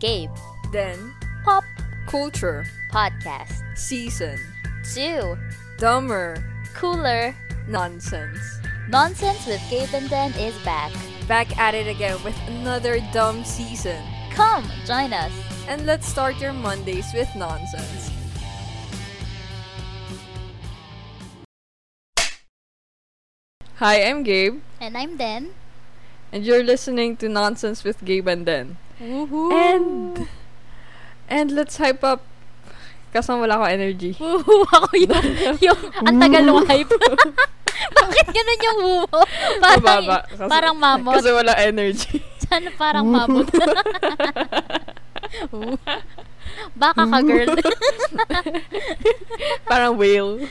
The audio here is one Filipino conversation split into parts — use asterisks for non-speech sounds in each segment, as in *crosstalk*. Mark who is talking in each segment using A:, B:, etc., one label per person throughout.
A: Gabe
B: Then,
A: Pop
B: Culture,
A: Podcast
B: Season,
A: 2
B: Dumber,
A: Cooler
B: Nonsense.
A: Nonsense with Gabe and Den is back.
B: Back at it again with another dumb season.
A: Come join us.
B: And let's start your Mondays with nonsense. Hi, I'm Gabe,
A: And I'm Den.
B: and you're listening to Nonsense with Gabe and Den.
A: Woohoo.
B: And and let's hype up kasi wala ko energy.
A: Woohoo *laughs* ako yung,
B: *laughs*
A: yung ang tagal ng hype. *laughs* Bakit ganun yung
B: *laughs*
A: woo? Parang,
B: Mababa. Kasi-
A: parang mamot.
B: Kasi wala
A: *laughs*
B: energy.
A: Sana parang mamot. *laughs* Baka ka girl.
B: parang whale.
A: *laughs*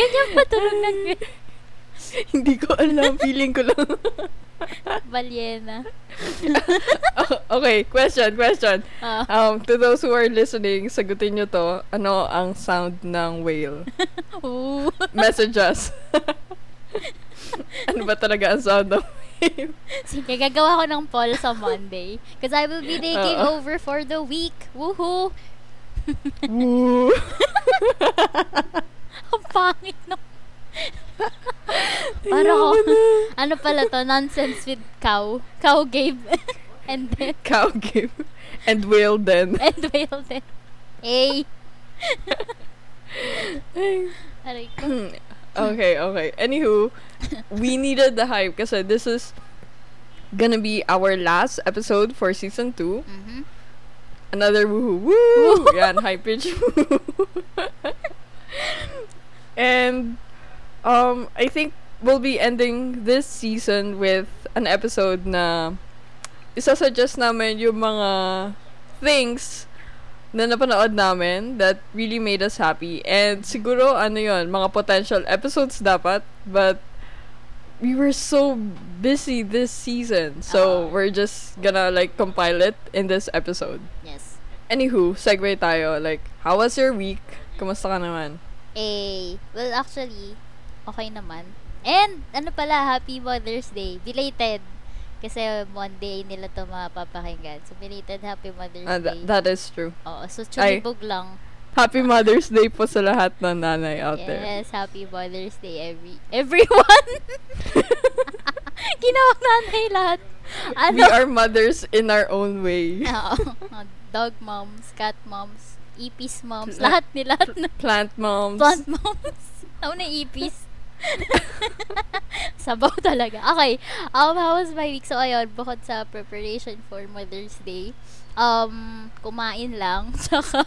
A: Ganyan ba tulog ng
B: *laughs* Hindi ko alam. Feeling ko *laughs* lang.
A: balyena?
B: O- Oh, okay, question, question.
A: Ah. *laughs*
B: Um, to those who are listening, sagutin nyo to. Ano ang sound ng whale?
A: Ooh. *laughs*
B: Message us. *laughs* ano ba talaga ang sound ng whale?
A: Sige, gagawa ko ng poll sa Monday. Because I
B: *laughs*
A: will be taking
B: Oo.
A: over for the week. Woohoo! *laughs*
B: *laughs* Woo!
A: Ang pangit na. Para
B: Ayaw
A: ko.
B: ko na.
A: *laughs* Ano pala to? Nonsense with cow. Cow game. *laughs* and then,
B: Cow game. And whale then.
A: and whale then. Ay! Aray ko.
B: Mm. okay, okay. Anywho, we needed the hype kasi this is gonna be our last episode for season 2.
A: Mhm.
B: Another woohoo woo! Yan, high pitch woo! and um, I think we'll be ending this season with an episode na isasuggest namin yung mga things na napanood namin that really made us happy. And siguro, ano yon mga potential episodes dapat, but we were so busy this season.
A: Ah.
B: So, we're just gonna like compile it in this episode.
A: Yes.
B: Anywho, segue tayo. Like, how was your week? Kumusta ka naman?
A: Ay. Well, actually, okay naman. And, ano pala, Happy Mother's Day. Belated. Kasi Monday nila to mapapakinggan. So, belated Happy Mother's
B: Ah, tha-
A: Day.
B: that is true.
A: Oo, so chumibog lang.
B: Happy Mother's Day po sa lahat ng nanay out there.
A: Yes, happy Mother's Day every everyone. *laughs* Ginawa nanay lahat. Ano?
B: We are mothers in our own
A: *laughs*
B: way.
A: Oo. mga dog moms, cat moms, ipis
B: *laughs*
A: moms, lahat ni lahat na
B: Plant moms.
A: plant moms. *laughs* Ako na ipis. *laughs* Sabaw talaga. Okay. Um, how was my week? So, ayun, bukod sa preparation for Mother's Day, um, kumain lang. *laughs* Tsaka,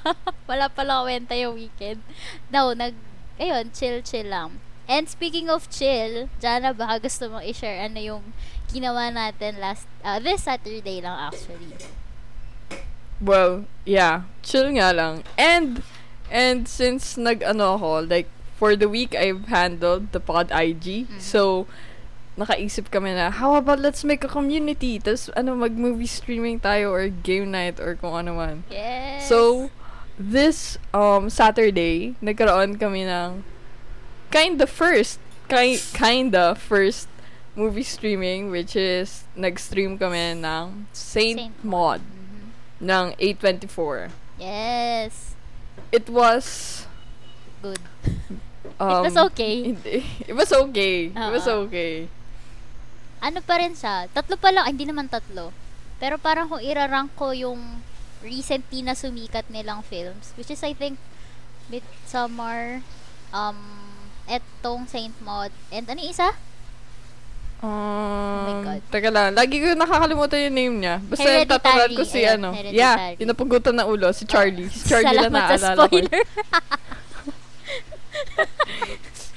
A: wala pala kwenta yung weekend. No, nag, ayun, chill-chill lang. And speaking of chill, Jana, baka gusto mong i-share ano yung ginawa natin last, uh, this Saturday lang actually.
B: Well, yeah. Chill nga lang. And, and since nag-ano ako, like, for the week, I've handled the pod IG.
A: Mhm.
B: So, nakaisip kami na, how about let's make a community? Tapos, ano, mag-movie streaming tayo or game night or kung ano man.
A: Yes!
B: So, this um Saturday, nagkaroon kami ng kind of first, ki- kinda first movie streaming which is nag-stream kami ng Saint,
A: Saint
B: Maud
A: Mhm.
B: ng 824.
A: Yes!
B: It was
A: Good.
B: um,
A: It was okay. Uh-uh.
B: It, it was okay. It was
A: Oo.
B: okay.
A: ano pa rin siya, tatlo pa lang, ay, hindi naman tatlo. Pero parang kung irarank ko yung recently na sumikat nilang films, which is I think Midsommar, um, etong Saint Maud, and ano yung isa?
B: Um, oh
A: my God.
B: Teka lang. Lagi ko nakakalimutan yung name niya. Basta yung
A: Hereditary,
B: tatandaan ko si
A: ayun,
B: ano.
A: Hereditary. Oh,
B: Yeah, yung napugutan na ulo.
A: *laughs*
B: Si Charlie. Si Charlie na
A: Salamat sa
B: naalala ko. *laughs*
A: spoiler. *laughs*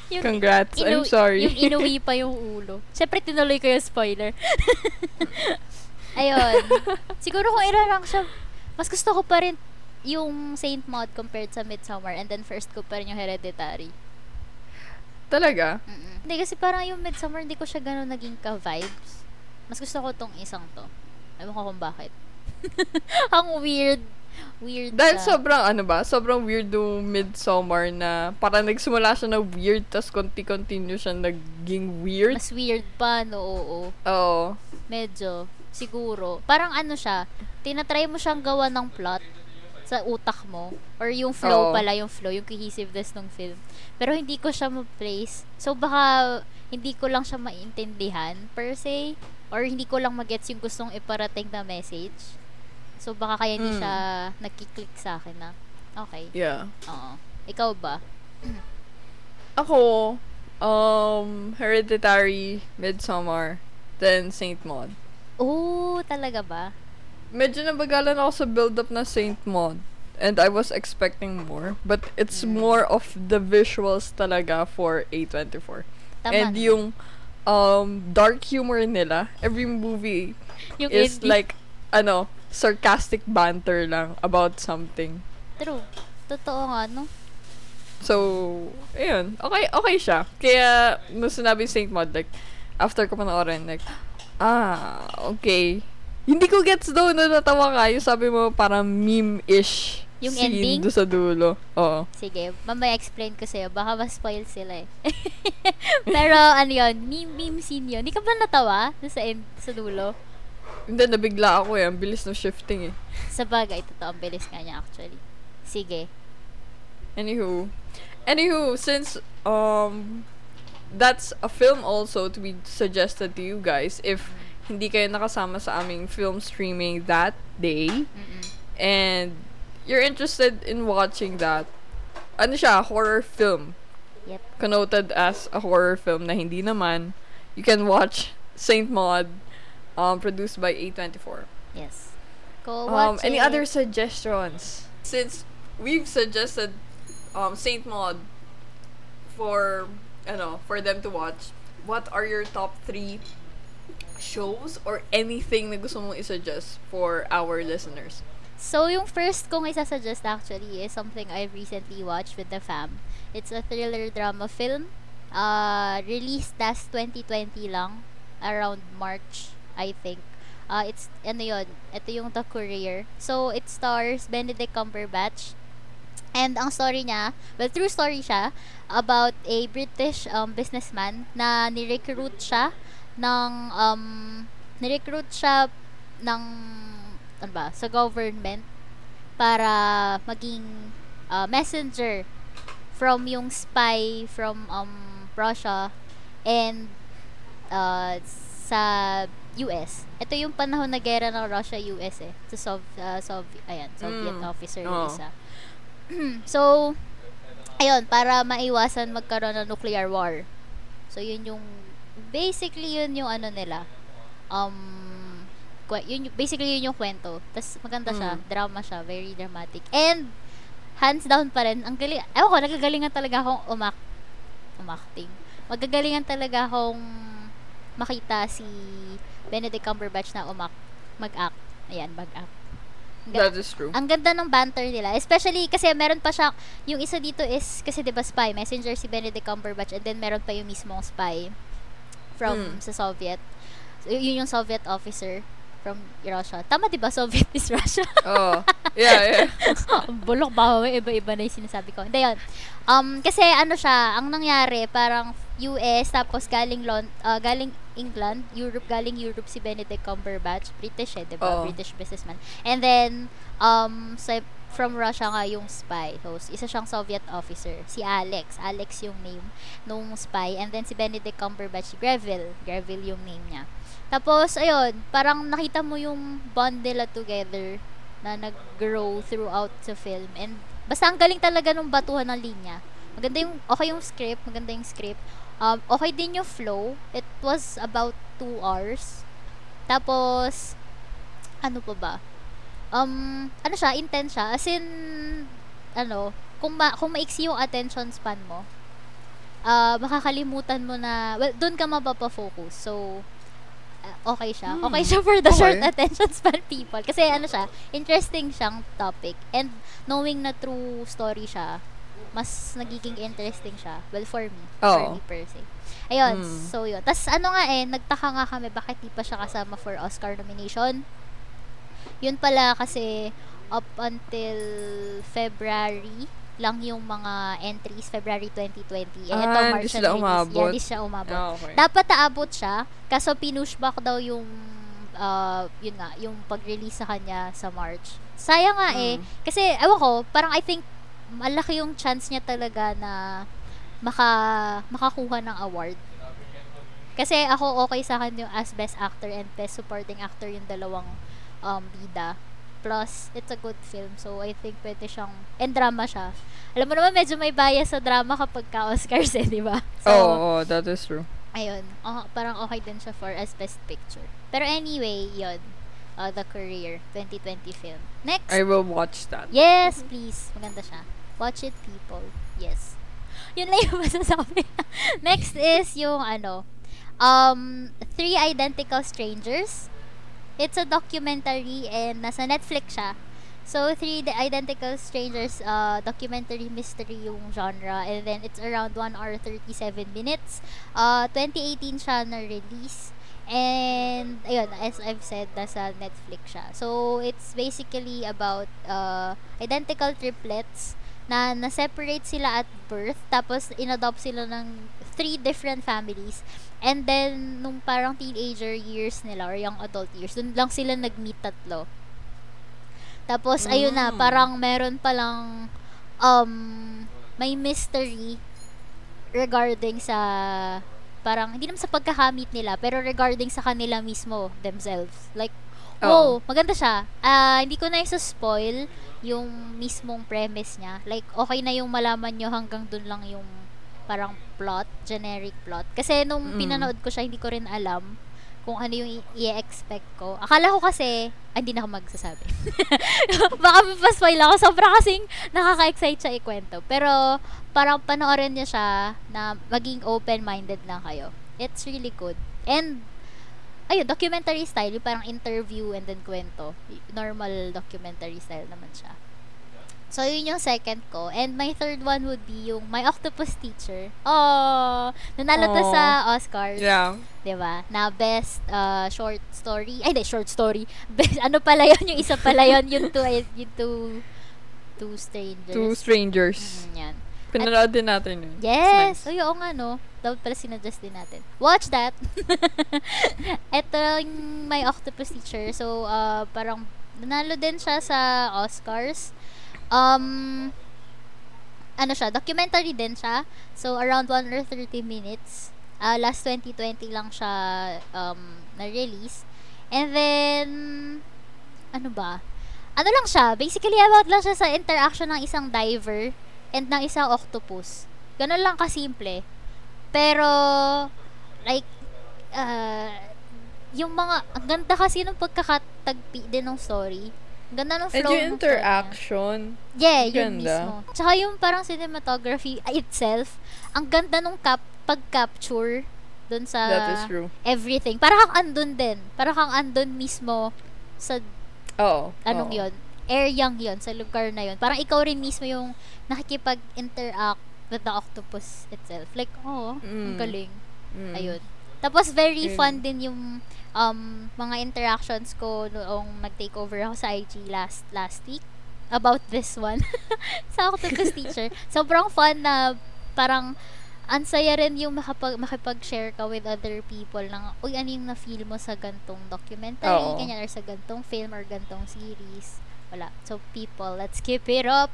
A: yung,
B: Congrats. I'm
A: inu-
B: sorry.
A: Yung inuwi
B: *laughs*
A: pa yung ulo. Siyempre, tinuloy ko yung spoiler. *laughs* Ayun. Siguro kung irarang siya, mas gusto ko pa rin yung Saint Maud compared sa Midsummer and then first ko pa rin yung Hereditary.
B: Talaga?
A: Mm-mm. Hindi kasi parang yung Midsummer hindi ko siya ganun naging ka-vibes. Mas gusto ko tong isang to. Ewan ko kung
B: *laughs*
A: bakit. Ang weird. Weird
B: Dahil
A: siya.
B: sobrang ano ba, sobrang weird yung midsummer na parang nagsimula siya na weird tas konti-continue siya naging weird.
A: Mas weird pa, no, oo.
B: Oo.
A: Medyo. siguro. Parang ano siya, tinatry mo siyang gawa ng plot sa utak mo or yung flow
B: Oo.
A: pala yung flow yung cohesiveness ng film pero hindi ko siya ma-place so baka hindi ko lang siya maintindihan per se or hindi ko lang magets yung gustong iparating na message so baka kaya hindi
B: Mm.
A: siya nakiklik sa akin na okay
B: Yeah.
A: oo ikaw ba
B: Ako, um, Hereditary, Midsommar, then Saint Maud.
A: oh talaga ba
B: Medyo nabagalan ako sa build-up na Saint Maud. And I was expecting more. But it's
A: Mm.
B: more of the visuals talaga for A24.
A: tama no?
B: and yung um, dark humor nila, every movie
A: Yung
B: is
A: ending.
B: like, ano, sarcastic banter lang about something.
A: true totoo nga no
B: So, ayun. Okay, okay siya. Kaya, nung sinabi St. Maud, like, after ko panoorin, like, ah, okay. Hindi ko gets though, no, natawa ka. Yung sabi mo, parang meme-ish
A: Yung
B: scene
A: ending?
B: doon sa dulo. Oo.
A: Sige, mamaya explain ko sa'yo. Baka ma-spoil sila eh. *laughs* Pero ano yun, meme, meme scene yun. Di ka ba natawa Doon sa, end, sa dulo?
B: Hindi, nabigla ako eh. Ang bilis ng shifting eh.
A: Sa bagay, totoo, ang bilis nga niya actually. Sige.
B: Anywho. Anywho, since, um, that's a film also to be suggested to you guys if hindi kayo nakasama sa aming film streaming that day.
A: Mm-mm.
B: and you're interested in watching that, ano siya, horror film.
A: Yep.
B: Connoted as a horror film na hindi naman, you can watch Saint Maud, um, produced by A24.
A: Yes. Go
B: Um,
A: watch
B: any
A: it.
B: other suggestions? Since we've suggested um, Saint Maud for, ano, for them to watch, what are your top three shows or anything na gusto mong isuggest for our listeners?
A: So, yung first kong isasuggest actually is something I've recently watched with the fam. It's a thriller drama film. Uh, released last 2020 lang. Around March, I think. Uh, it's, ano yun, ito yung The Courier. So, it stars Benedict Cumberbatch. And ang story niya, well, true story siya, about a British um, businessman na nirecruit siya ng, um, nirecruit siya ng, ano ba, sa government para maging uh, messenger from yung spy from um, Russia and uh, sa US. Ito yung panahon na gera ng Russia-US eh. Sa Sov, uh, Sov, ayan, Soviet
B: Mm.
A: officer
B: Oo.
A: yung isa. *clears throat* so, ayun, para maiwasan magkaroon ng nuclear war. So, yun yung, basically yun yung ano nila. Um, kwe- yun, yung- basically yun yung kwento. Tapos maganda siya,
B: Mm.
A: drama siya, very dramatic. And, hands down pa rin, ang galing, ewan ko, nagagalingan talaga akong umak, umakting. Magagalingan talaga akong makita si Benedict Cumberbatch na umak, mag-act. Ayan, mag-act. Ang ga-
B: That is true.
A: ang ganda ng banter nila. Especially kasi meron pa siya, yung isa dito is, kasi 'di ba spy, messenger si Benedict Cumberbatch and then meron pa yung mismong spy from
B: Mm.
A: sa Soviet. So, y- yun yung Soviet officer from Russia. Tama 'di ba Soviet is Russia?
B: Oh,
A: *laughs*
B: yeah, yeah.
A: Bulok ba may iba-iba na yung sinasabi ko. Hindi yun. Um, kasi ano siya, ang nangyari, parang US, tapos galing, Lon- ah, galing England, Europe, galing Europe si Benedict Cumberbatch, British eh, di ba?
B: Oo.
A: British businessman. And then, um, sa, from Russia nga yung spy host. Isa siyang Soviet officer, si Alex. Alex yung name nung spy. And then si Benedict Cumberbatch, si Greville. Greville yung name niya. Tapos, ayun, parang nakita mo yung bond nila together na nag-grow throughout sa film. And basta ang galing talaga nung batuhan ng linya. Maganda yung, okay yung script, maganda yung script. Um, okay din yung flow. It was about two hours. Tapos, ano pa ba? Um, ano siya, intense siya. As in, ano, kung, ma- kung maiksi yung attention span mo, ah makakalimutan mo na, well, doon ka mapapa-focus. So, ah, okay siya.
B: Hmm.
A: Okay siya for the
B: Okay.
A: short attention span people. Kasi ano siya, interesting siyang topic. And knowing na true story siya, mas nagiging interesting siya. Well, for me.
B: Oo.
A: For me per se. Ayun,
B: Mm.
A: so yun. Tapos ano nga eh, nagtaka nga kami bakit di pa siya kasama for Oscar nomination. Yun pala kasi up until February lang yung mga entries, February 2020. Eh,
B: Ah,
A: ito,
B: hindi
A: March
B: sila
A: and release. Yeah,
B: umabot. Oh.
A: hindi siya umabot.
B: Ah, okay.
A: Dapat naabot siya, kaso pinushback daw yung uh, yun nga, yung pag-release sa kanya sa March. Sayang nga eh. Kasi, ewan ko, parang I think, malaki yung chance niya talaga na maka, makakuha ng award. Kasi ako okay sa akin yung as best actor and best supporting actor yung dalawang um, bida. Plus, it's a good film. So, I think pwede siyang... And drama siya. Alam mo naman, medyo may bias sa drama kapag ka-Oscars eh, di ba? So,
B: oh, oh, that is true.
A: ayun, oh, parang okay din siya for as best picture. Pero anyway, yun. Uh, The Career, 2020 film. Next!
B: I will watch that.
A: Yes, please. Maganda siya. Watch it, people. Yes. Yun lang yung *laughs* masasabi. Next is yung ano, um, Three Identical Strangers. It's a documentary and nasa Netflix siya. So, Three Di- Identical Strangers, uh, documentary mystery yung genre. And then, it's around 1 hour 37 minutes. Uh, 2018 siya na-release. And, ayun, as I've said, nasa Netflix siya. So, it's basically about uh, identical triplets na na-separate sila at birth. Tapos, inadopt sila ng three different families. And then, nung parang teenager years nila or young adult years, dun lang sila nag-meet tatlo. Tapos, ayun na,
C: Mm.
A: parang meron palang um, may mystery regarding sa parang hindi naman sa pagkakamit nila pero regarding sa kanila mismo themselves like
B: Oo.
A: wow maganda siya Ah, hindi ko na isa spoil yung mismong premise niya like okay na yung malaman nyo hanggang dun lang yung parang plot generic plot kasi nung
B: Mm.
A: pinanood ko siya hindi ko rin alam kung ano yung i- i-expect ko. Akala ko kasi, ah, hindi na ako magsasabi. *laughs* Baka mapaspoil ako. Sobra kasing nakaka-excite siya ikwento. Pero, parang panoorin niya siya na maging open-minded lang kayo. It's really good. And, ayun, documentary style. Yung parang interview and then kwento. Y- Normal documentary style naman siya. So, yun yung second ko. And my third one would be yung My Octopus Teacher. Oh, nanalo to
B: Aw.
A: sa Oscars.
B: Yeah.
A: 'di ba? Na best uh, short story. Ay, hindi short story. *laughs* Best ano pala 'yon? Yung isa pala 'yon, yung two yung two two strangers.
B: Two strangers.
A: Mm, yan.
B: Pinanood din natin
A: Mm-hmm.
B: yun. It's
A: Yes!
B: nice.
A: Uy, oo nga, no? ano, Dapat pala sinadjust din natin. Watch that! *laughs* Ito yung My Octopus Teacher. So, uh, parang nanalo din siya sa Oscars. Um, ano siya, documentary din siya. So, around 1 or 30 minutes. Uh, last 2020 lang siya um, na-release. And then, ano ba? Ano lang siya? Basically, about lang siya sa interaction ng isang diver and ng isang octopus. Ganun lang kasimple. Pero, like, uh, yung mga, ang ganda kasi nung pagkakatagpi din ng story. Ang ganda ng Oh, flow
B: And yung
A: ng story niya.
B: interaction.
A: Yeah,
B: Ang
A: yun
B: ganda.
A: mismo. Tsaka yung parang cinematography *laughs* itself, ang ganda nung cap pag-capture dun sa
B: that is true.
A: everything. Para kang andun din. Para kang andun mismo sa
B: Oo.
A: anong
B: oo.
A: yon areang yon sa lugar na yon parang ikaw rin mismo yung nakikipag-interact with the octopus itself like oh ang
B: Mm.
A: galing
B: Mm.
A: ayun tapos very
B: Ayun.
A: fun din yung um, mga interactions ko noong nag-take over ako sa IG last last week about this one *laughs* sa octopus teacher sobrang fun na parang ang saya rin yung makapag, makipag-share ka with other people ng, uy, ano yung na-feel mo sa gantong documentary,
B: Oo.
A: ganyan, or sa gantong film, or gantong series. Wala. So, people, let's keep it up.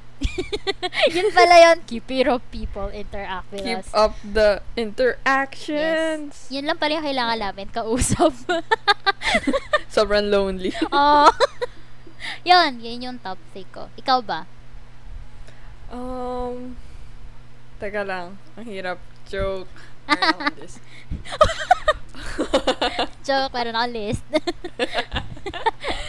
A: *laughs* yun pala yun. Keep it up, people. Interact with
B: Keep
A: us.
B: up the interactions.
A: Yun lang pala yung kailangan namin, kausap. *laughs*
B: Sobrang lonely.
A: Oo. yun, yun yung top 3 ko. Ikaw ba?
B: Um, taga lang. Ang hirap. Joke. Around
A: *laughs*
B: this. *laughs*
A: Joke, meron ako list. *laughs*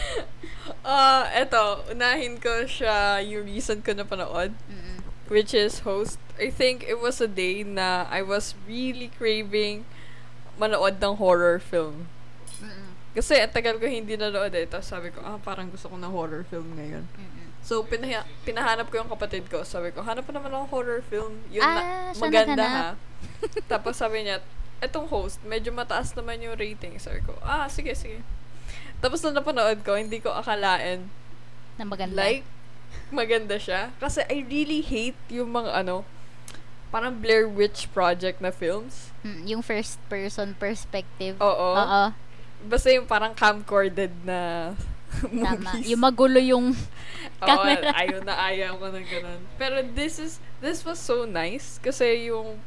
B: Ah, eto. Unahin ko siya yung recent ko na panood,
A: Mm-mm.
B: which is Host. I think it was a day na I was really craving manood ng horror film.
A: Mm-mm.
B: Kasi ang tagal ko hindi nanood eh. Tapos sabi ko, ah, parang gusto ko ng horror film ngayon.
A: Mm-mm.
B: So, pinaha- pinahanap ko yung kapatid ko. Sabi ko, hanap pa naman ng horror film. Yun
A: Ah,
B: na,
A: siya
B: maganda ha. *laughs*
A: naghanap.
B: Tapos sabi niya, etong host, medyo mataas naman yung rating. Sabi ko, ah, sige, sige. Tapos na napanood ko, hindi ko akalain,
A: Na maganda.
B: like, maganda siya. Kasi I really hate yung mga ano, parang Blair Witch Project na films.
A: Mm, yung first person perspective.
B: Oo.
A: Oo.
B: basta yung parang camcorded na
A: Tama.
B: movies.
A: Yung magulo
B: *laughs*
A: yung
B: Oo,
A: camera.
B: ayaw na ayaw ko ng ganun. Pero this is, this was so nice kasi yung,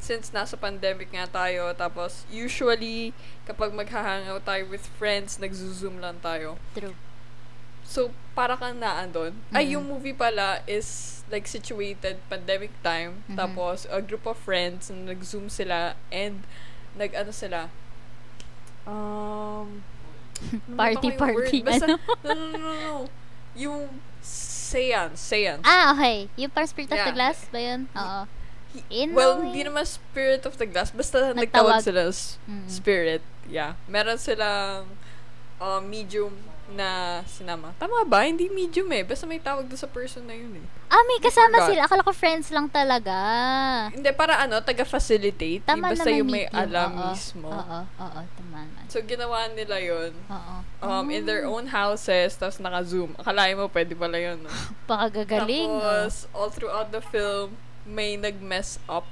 B: since nasa pandemic nga tayo, tapos usually kapag maghahangout tayo with friends, nagzo-zoom lang tayo.
A: True.
B: So, para kang naandon. Ay,
A: Mhm.
B: yung movie pala is like situated pandemic time.
A: Mhm.
B: Tapos, a group of friends, and nag-zoom sila, and nag-ano sila, um, ano ba
A: Party,
B: ba yung word?
A: party,
B: Basta,
A: ano?
B: no, no, no, no, no. Yung seance, seance.
A: Ah, okay. Yung parang Spirit of the
B: Yeah. Mm.
A: Glass ba yun? Oo.
B: He-
A: In a
B: well,
A: way.
B: hindi naman spirit of the glass. Basta
A: Nagtawag.
B: nagtawag, sila s-
A: Mm.
B: spirit. Yeah. Meron silang uh, medium na sinama. Tama ba? Hindi medium eh. Basta may tawag doon sa person na yun eh.
A: Ah, may kasama
B: forgot.
A: sila. Akala ko friends lang talaga.
B: Hindi, para ano, taga-facilitate.
A: Ah. Tama
B: basta
A: na
B: yung may
A: medium.
B: alam
A: Oo.
B: mismo.
A: Oo, oo, tama naman.
B: So, ginawa nila yun
A: Oo.
B: um, in
A: Ah.
B: their own houses, tapos naka-zoom. Akalain mo, pwede pala yun. No?
A: Pakagagaling. oh.
B: Tapos, all throughout the film, may nag-mess up.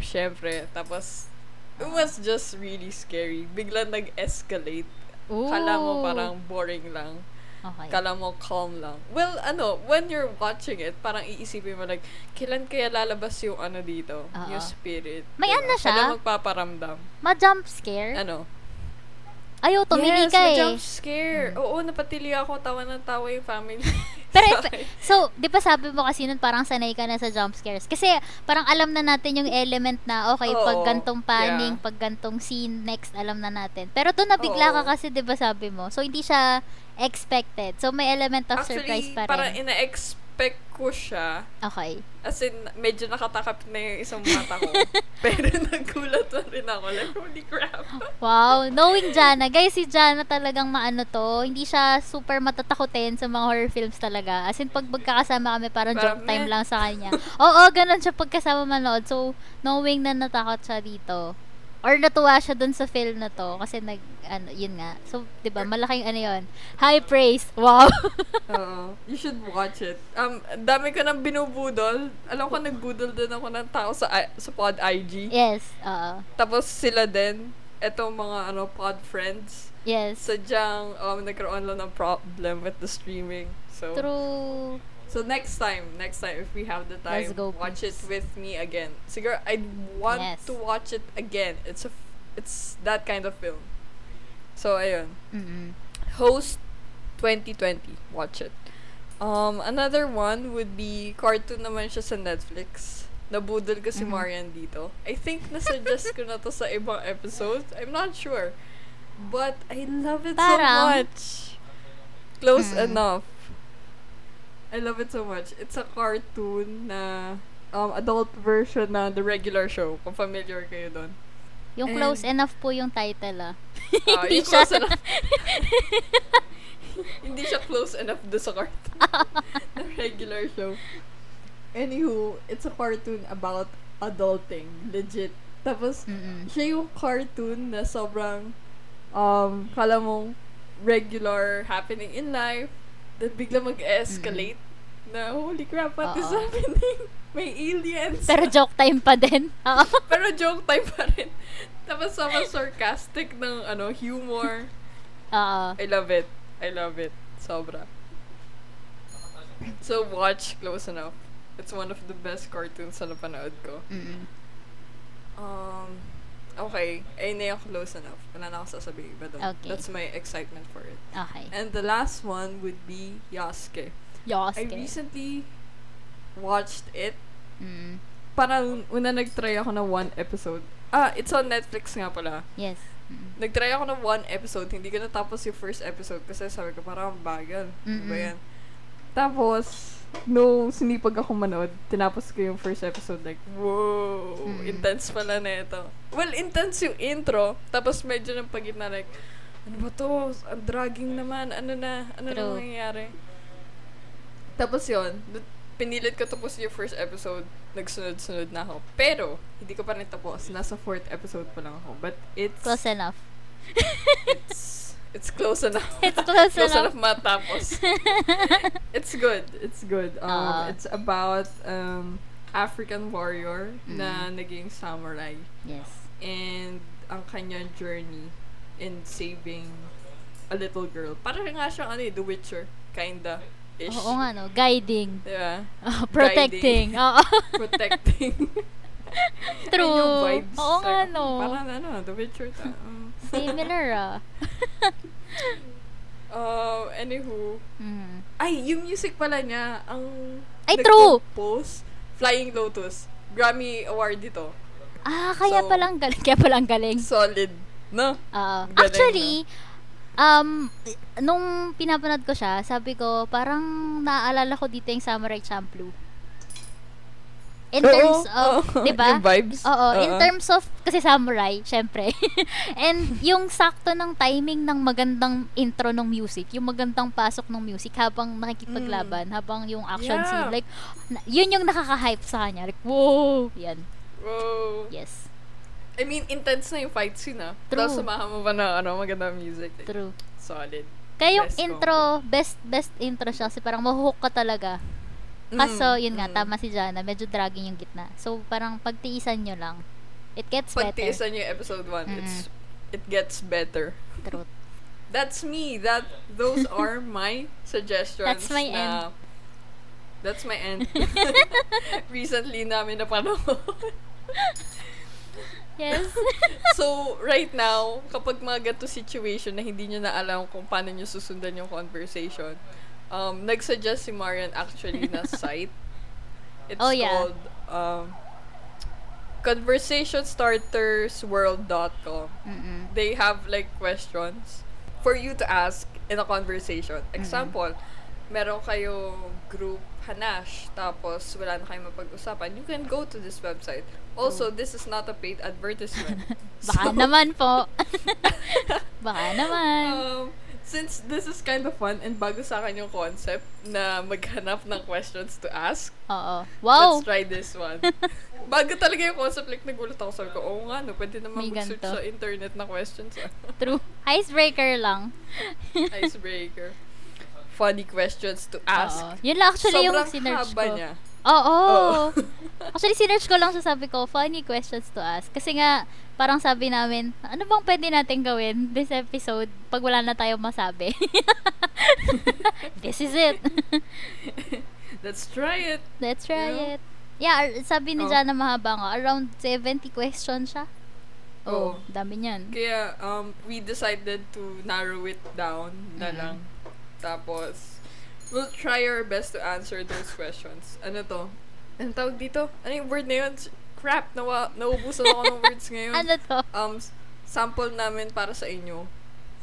B: Siyempre. Tapos, it was just really scary. Biglang nag-escalate.
A: Ooh.
B: Kala mo parang boring lang.
A: Okay.
B: Kala mo calm lang. Well, ano, when you're watching it, parang iisipin mo like, kailan kaya lalabas yung ano dito?
A: Oo.
B: Yung spirit.
A: May
B: Diba?
A: ano siya?
B: Kailan magpaparamdam?
A: Ma-jump scare?
B: Ano?
A: Ayaw, tumili
B: yes,
A: ka eh.
B: jump scare. Oo, napatili ako. Tawa ng tawa yung family.
A: Pero if,
B: *laughs* Sorry.
A: so, di ba sabi mo kasi nun parang sanay ka na sa jump scares? Kasi parang alam na natin yung element na okay, pag
B: Oo,
A: gantong panning,
B: yeah.
A: pag gantong scene, next alam na natin. Pero doon nabigla ka
B: Oo.
A: kasi di ba sabi mo? So, hindi siya expected. So, may element of surprise pa
B: parang
A: rin.
B: ina-expect ko siya.
A: okay.
B: As in, medyo nakatakap na yung isang mata *laughs* ko. pero nagulat na rin ako. Like, holy crap.
A: Wow. Knowing Jana. Guys, si Jana talagang maano to. Hindi siya super matatakotin sa mga horror films talaga. As in, pag magkakasama kami, parang
B: Parang
A: joke time
B: meh.
A: lang sa kanya.
B: *laughs*
A: Oo, ganun siya pagkasama manood. So, knowing na natakot siya dito. Or natuwa siya dun sa film na to. Kasi nag, ano, yun nga. So, di ba, malaking ano yun. High praise.
B: *laughs*
A: Wow. *laughs*
B: Oo. You should watch it. Um, dami ko nang binubudol. Alam ko, nagbudol din ako ng tao sa, I- sa pod IG.
A: yes. Oo.
B: Tapos sila din, etong mga ano pod friends,
A: Yes.
B: sadyang um, nagkaroon lang ng problem with the streaming. So,
A: True.
B: so next time, next time, if we have the time,
A: Let's go,
B: watch
A: please.
B: it with me again. Siguro, I want
A: Yes.
B: to watch it again. It's a, f- it's that kind of film. So, ayun.
A: Mm-mm.
B: Host 2020. Watch it. Um, another one would be cartoon naman siya sa Netflix. Nabudol ko si
A: Mhm.
B: Marian dito. I think nasuggest ko na to sa ibang episode. I'm not sure. But I love it so
A: Parang-
B: much. Close
A: Mm.
B: enough. I love it so much. It's a cartoon na um, adult version na the regular show. Kung familiar kayo doon.
A: Yung
B: And-
A: close enough po yung title ah.
B: Ah,
A: Hindi
B: yung
A: siya.
B: close enough. *laughs* Hindi siya close enough do sa *laughs* cartoon. the regular show. Anywho, it's a cartoon about adulting. Legit. Tapos,
A: Mm-mm.
B: siya yung cartoon na sobrang, um, kala mong regular happening in life, then bigla mag-escalate na, holy crap, what is
A: Oo.
B: happening? *laughs* May aliens.
A: Pero joke time pa din. *laughs* Oo.
B: Pero joke time pa rin. Tapos sobrang sarcastic ng ano humor.
A: Oo.
B: I love it. I love it. Sobra. So watch Close Enough. It's one of the best cartoons na napanood ko.
A: Mm-mm.
B: Um, okay. Ayun na yung Close Enough. Wala na ako sasabihin iba doon.
A: Okay.
B: That's my excitement for it.
A: Okay.
B: And the last one would be Yasuke. I
A: Yosuke.
B: recently watched it.
A: Mm.
B: Parang una nag-try ako ng one episode. Ah, it's on Netflix nga pala.
A: Yes. Mm.
B: Nagtry ako ng one episode, hindi ko natapos yung first episode kasi sabi ko parang ang bagal. Ano ba
A: Mm-mm.
B: yan? Tapos, nung sinipag ako manood, tinapos ko yung first episode like, whoa,
A: Mm-mm.
B: intense pala na ito. Well, intense yung intro, tapos medyo ng pagitna like, ano ba to? Ang dragging naman, ano na, ano na
A: True.
B: nangyayari? Tapos yun, nat- pinilit ko tapos yung first episode, nagsunod-sunod na ako. Pero, hindi ko pa rin tapos. Nasa fourth episode pa lang ako. But it's
A: Close
B: *laughs*
A: enough.
B: it's it's close enough.
A: It's close enough.
B: enough matapos. it's good. It's good. Um,
A: Ah.
B: it's about um African
A: Mm.
B: warrior na naging samurai
A: Yes.
B: and ang kanyang journey in saving a little girl. Parang nga siyang ano eh, The Witcher. Kinda. Ish.
A: Oo nga, no? Guiding. *laughs*
B: Diba?
A: Ah,
B: *laughs*
A: protecting. Oo. *laughs*
B: Protecting.
A: True.
B: Ayun yung vibes.
A: Oo nga,
B: Like,
A: no?
B: Parang ano, The Witcher. ta. Um, *laughs*
A: Similar, ah.
B: uh, anywho.
A: Mm.
B: Ay, yung music pala niya, ang
A: Ay, true!
B: nagcompose, Flying Lotus. Grammy Award dito.
A: Ah, kaya
B: So-
A: palang galing. *laughs* Kaya palang galing.
B: Solid. No?
A: Oo.
B: Galing,
A: Actually, um, nung pinapanood ko siya, sabi ko, parang naaalala ko dito yung Samurai Champloo. In terms of,
B: oo. *laughs*
A: di ba?
B: Yung vibes. Uh-huh.
A: Oo, in
B: Oo.
A: terms of, kasi samurai, syempre. *laughs* And yung sakto ng timing ng magandang intro ng music, yung magandang pasok ng music habang nakikipaglaban, habang yung action
B: Mm. Yeah.
A: scene, like, na- yun yung nakaka-hype sa kanya. Like, whoa! Yan,
B: Wow.
A: yes.
B: I mean, intense na yung fight scene, ah.
A: True.
B: Tapos samahan mo pa na, ano, maganda music. Like,
A: True.
B: solid.
A: Kaya yung
B: Best
A: intro, best best intro siya kasi parang mahook ka talaga.
B: Mm,
A: Kaso, Ah, yun nga,
B: mm.
A: tama si Jana, medyo dragging yung gitna. So, parang pagtiisan nyo lang. It gets better. Mm-hmm.
B: Pagtiisan niyo yung episode 1, it's, it gets better. *laughs*
A: Truth.
B: That's me. That
A: *laughs*
B: those are my suggestions.
A: That's my
B: na, That's my
A: *laughs*
B: end. *laughs* Recently namin napanood.
A: Yes. *laughs*
B: *laughs* so, right now, kapag mga ganito situation na hindi nyo na alam kung paano nyo susundan yung conversation, um, nag-suggest si Marian actually
A: *laughs*
B: na site. It's
A: Oh, yeah.
B: called um, conversationstartersworld.com.
A: Mm-mm.
B: They have like questions for you to ask in a conversation.
A: Mm-hmm.
B: Example, meron kayong group Hanash, tapos wala na kayong mapag-usapan, you can go to this website. Also, this is not a paid advertisement.
A: Mm. *laughs* Baka
B: So,
A: naman
B: *laughs*
A: po. Baka naman.
B: Um, since this is kind of fun and bago sa akin yung concept na maghanap ng questions to ask,
A: Oo. Wow.
B: let's try this
A: *laughs*
B: one. bago talaga yung concept, like nagulat ako. Sabi ko, oo nga, no, pwede naman
A: May
B: mag-search
A: ganito."
B: sa internet na questions. ah."
A: True. Icebreaker lang.
B: Icebreaker. Funny questions to ask.
A: Oo. Yun lang actually
B: Sobrang
A: yung sinerch
B: haba
A: ko.
B: niya.
A: Oo.
B: Oo.
A: *laughs*
B: *laughs*
A: actually, sinerch ko lang siya sabi ko, funny questions to ask. Kasi nga, parang sabi namin, ano bang pwede natin gawin this episode pag wala na tayong masabi? *laughs* This is it. *laughs*
B: Let's try it.
A: Let's try
B: Yeah.
A: it. Yeah, ar- sabi ni
B: Oh.
A: Jana mahaba nga, around 70 questions siya. Oh,
B: Oo.
A: dami niyan.
B: Kaya, um, we decided to narrow it down na
A: Mm.
B: lang. Tapos, we'll try our best to answer those questions. Ano to? Anong tawag dito? Ano yung word na yun? Crap! Nawa, naubusan ako ng
A: *laughs*
B: words ngayon.
A: Ano to?
B: Um, s- sample namin para sa inyo.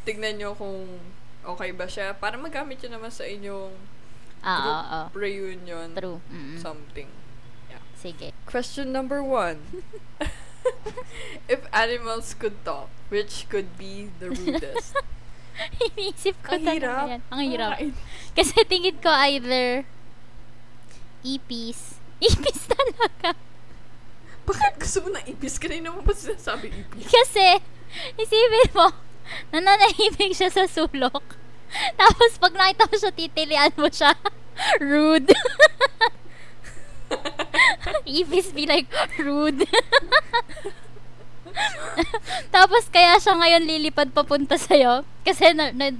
B: Tignan nyo kung okay ba siya. Para magamit nyo naman sa inyong
A: Ah,
B: group
A: oo, oo.
B: reunion.
A: True. Mm-mm.
B: Something.
A: Sige. *laughs*
B: Question number one. *laughs* if animals could talk, which could be the rudest?
A: Iniisip ko
B: Ang hirap.
A: talaga yan. *laughs* Ang hirap. Kasi tingin ko either ipis. Ipis *laughs* talaga.
B: Bakit gusto mo na ipis? Kanina mo pa sinasabi ipis.
A: Kasi, isipin mo, nananahimik siya sa sulok. *laughs* Tapos, pag nakita mo siya, titilian mo siya. *laughs* Rude. *laughs* Ipis be like, rude. *laughs* Tapos, kaya siya ngayon lilipad papunta sa'yo. Kasi, na, *laughs* na,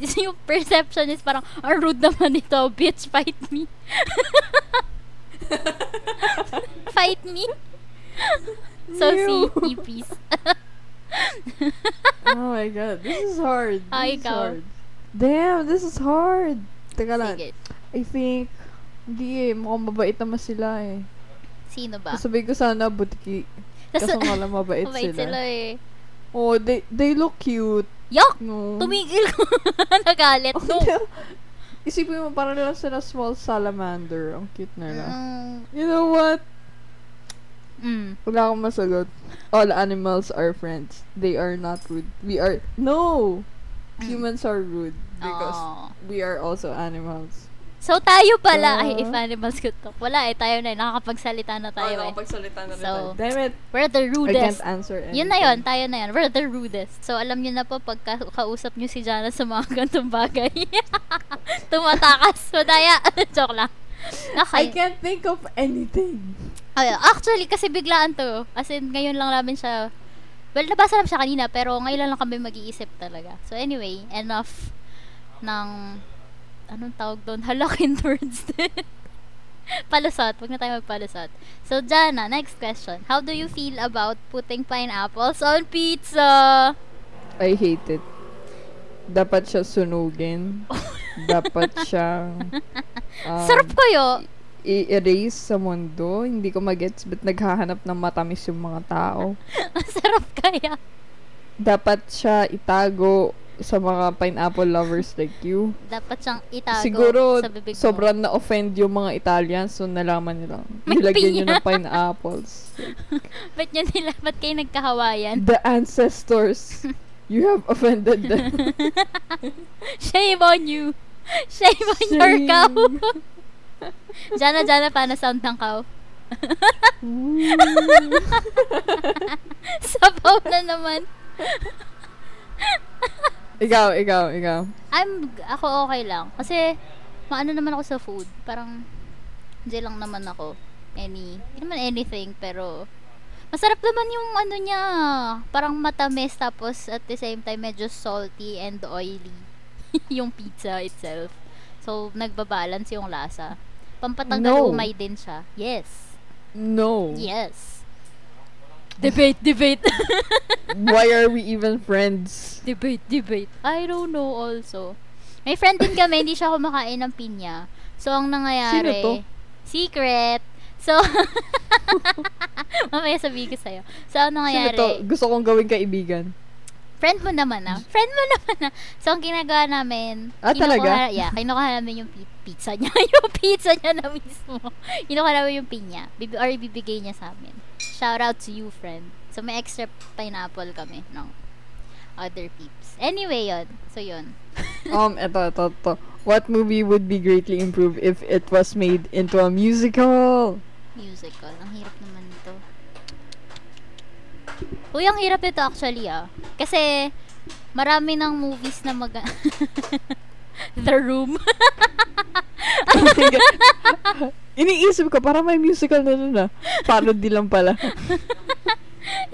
A: yung perception is parang, ang rude naman nito, bitch, fight me. *laughs* fight me. So,
B: Ew.
A: si Ipis.
B: *laughs* oh my god, this is hard. This
A: Ah, ikaw.
B: Damn, this is hard. Teka
A: Sige.
B: I think, hindi eh, mukhang mabait naman sila eh.
A: Sino ba?
B: Sabihin ko sana butiki.
A: Tas-
B: Kaso nga lang mabait
A: Ah. *laughs* Mabait
B: sila.
A: sila eh.
B: Oh, they, they look cute.
A: Yuck!
B: No.
A: Tumigil ko. *laughs*
B: Oh,
A: Nagalit. No.
B: Isipin mo, parang lang sila small salamander. Ang cute nila.
A: Mm.
B: You know what?
A: Mm.
B: Wala akong masagot. All animals are friends. They are not rude. We are... No!
A: Mm.
B: Humans are rude because
A: Oo.
B: we are also animals.
A: So, tayo pala. Ay,
B: Ah.
A: if animals could talk. Wala eh. Tayo na. eh. Nakakapagsalita na tayo eh.
B: pagsalita
A: na rin So, tayo.
B: Damn it!
A: We're the
B: I can't
A: rudest.
B: answer anything.
A: Yun na yun. Tayo na yun. We're the rudest. So, alam nyo na po pag ka- kausap nyo si Jana sa mga *laughs* ganitong bagay. Tumatakas. Madaya. *laughs* Joke lang.
B: I
A: Okay.
B: can't think of anything.
A: Ay, actually, kasi biglaan to. As in, ngayon lang namin siya Well, nabasa lang siya kanina, pero ngayon lang kami mag-iisip talaga. So, anyway, enough ng, anong tawag doon? Halakin towards *laughs* Palusot. Huwag na tayo magpalusot. So, Jana, next question. How do you feel about putting pineapples on pizza?
B: I hate it. Dapat
A: *laughs*
B: siya sunugin. Dapat siyang um,
A: Sarap kayo! *laughs*
B: i-erase sa mundo. Hindi ko magets but naghahanap ng matamis yung mga tao.
A: Sarap kaya!
B: Dapat siya itago sa mga pineapple lovers like you.
A: Dapat siyang itago
B: Siguro,
A: sa bibig mo.
B: sobrang na-offend yung mga Italians, so nalaman nila.
A: May
B: Nilagyan
A: pinya.
B: nyo ng
A: *laughs*
B: pineapples.
A: Ba't nyo nila, ba't kayo nagkahawayan?
B: The
A: *laughs*
B: ancestors, you have offended them.
A: Shame on you! *laughs* Shame on your
B: Shame.
A: cow! *laughs* Jana, Jana, paano sound ng cow? *laughs* Sabaw na naman.
B: ikaw, ikaw, ikaw.
A: I'm, ako okay lang. Kasi, maano naman ako sa food. Parang, hindi lang naman ako. Any, hindi naman anything, pero, masarap naman yung ano niya. Parang matamis, tapos at the same time, medyo salty and oily. *laughs* yung pizza itself. So, nagbabalance yung lasa. Pampatanggal
B: No.
A: umay din siya. Yes.
B: No.
A: Yes. Debate, debate.
B: Why are we even friends?
A: Debate, debate. I don't know also. May friend din kami, hindi siya kumakain ng pinya. So, ang nangyayari...
B: Sino to?
A: Secret. So, *laughs* mamaya sabihin ko sa'yo. So, ang
B: Sino
A: nangyayari...
B: to? Gusto kong gawing kaibigan.
A: Friend mo naman ah. Friend mo *laughs* naman ah. So, ang ginagawa namin,
B: Ah,
A: kinukuha-
B: talaga?
A: Yeah, kinukuha namin yung pi- pizza niya. *laughs* yung pizza niya na mismo. Kinukuha namin yung pinya. Bibi- or ibibigay niya sa amin. Shout out to you, friend. So, may extra pineapple kami ng other peeps. Anyway, yun. So, yun.
B: Um, eto, eto, eto. What movie would be greatly improved if it was made into a musical?
A: Musical. oh. Ang hirap naman nito. Uy, ang hirap nito actually ah. Kasi, marami ng movies na mag... *laughs* The Room.
B: *laughs* Iniisip ko, para may musical na nun ah. Parody lang pala.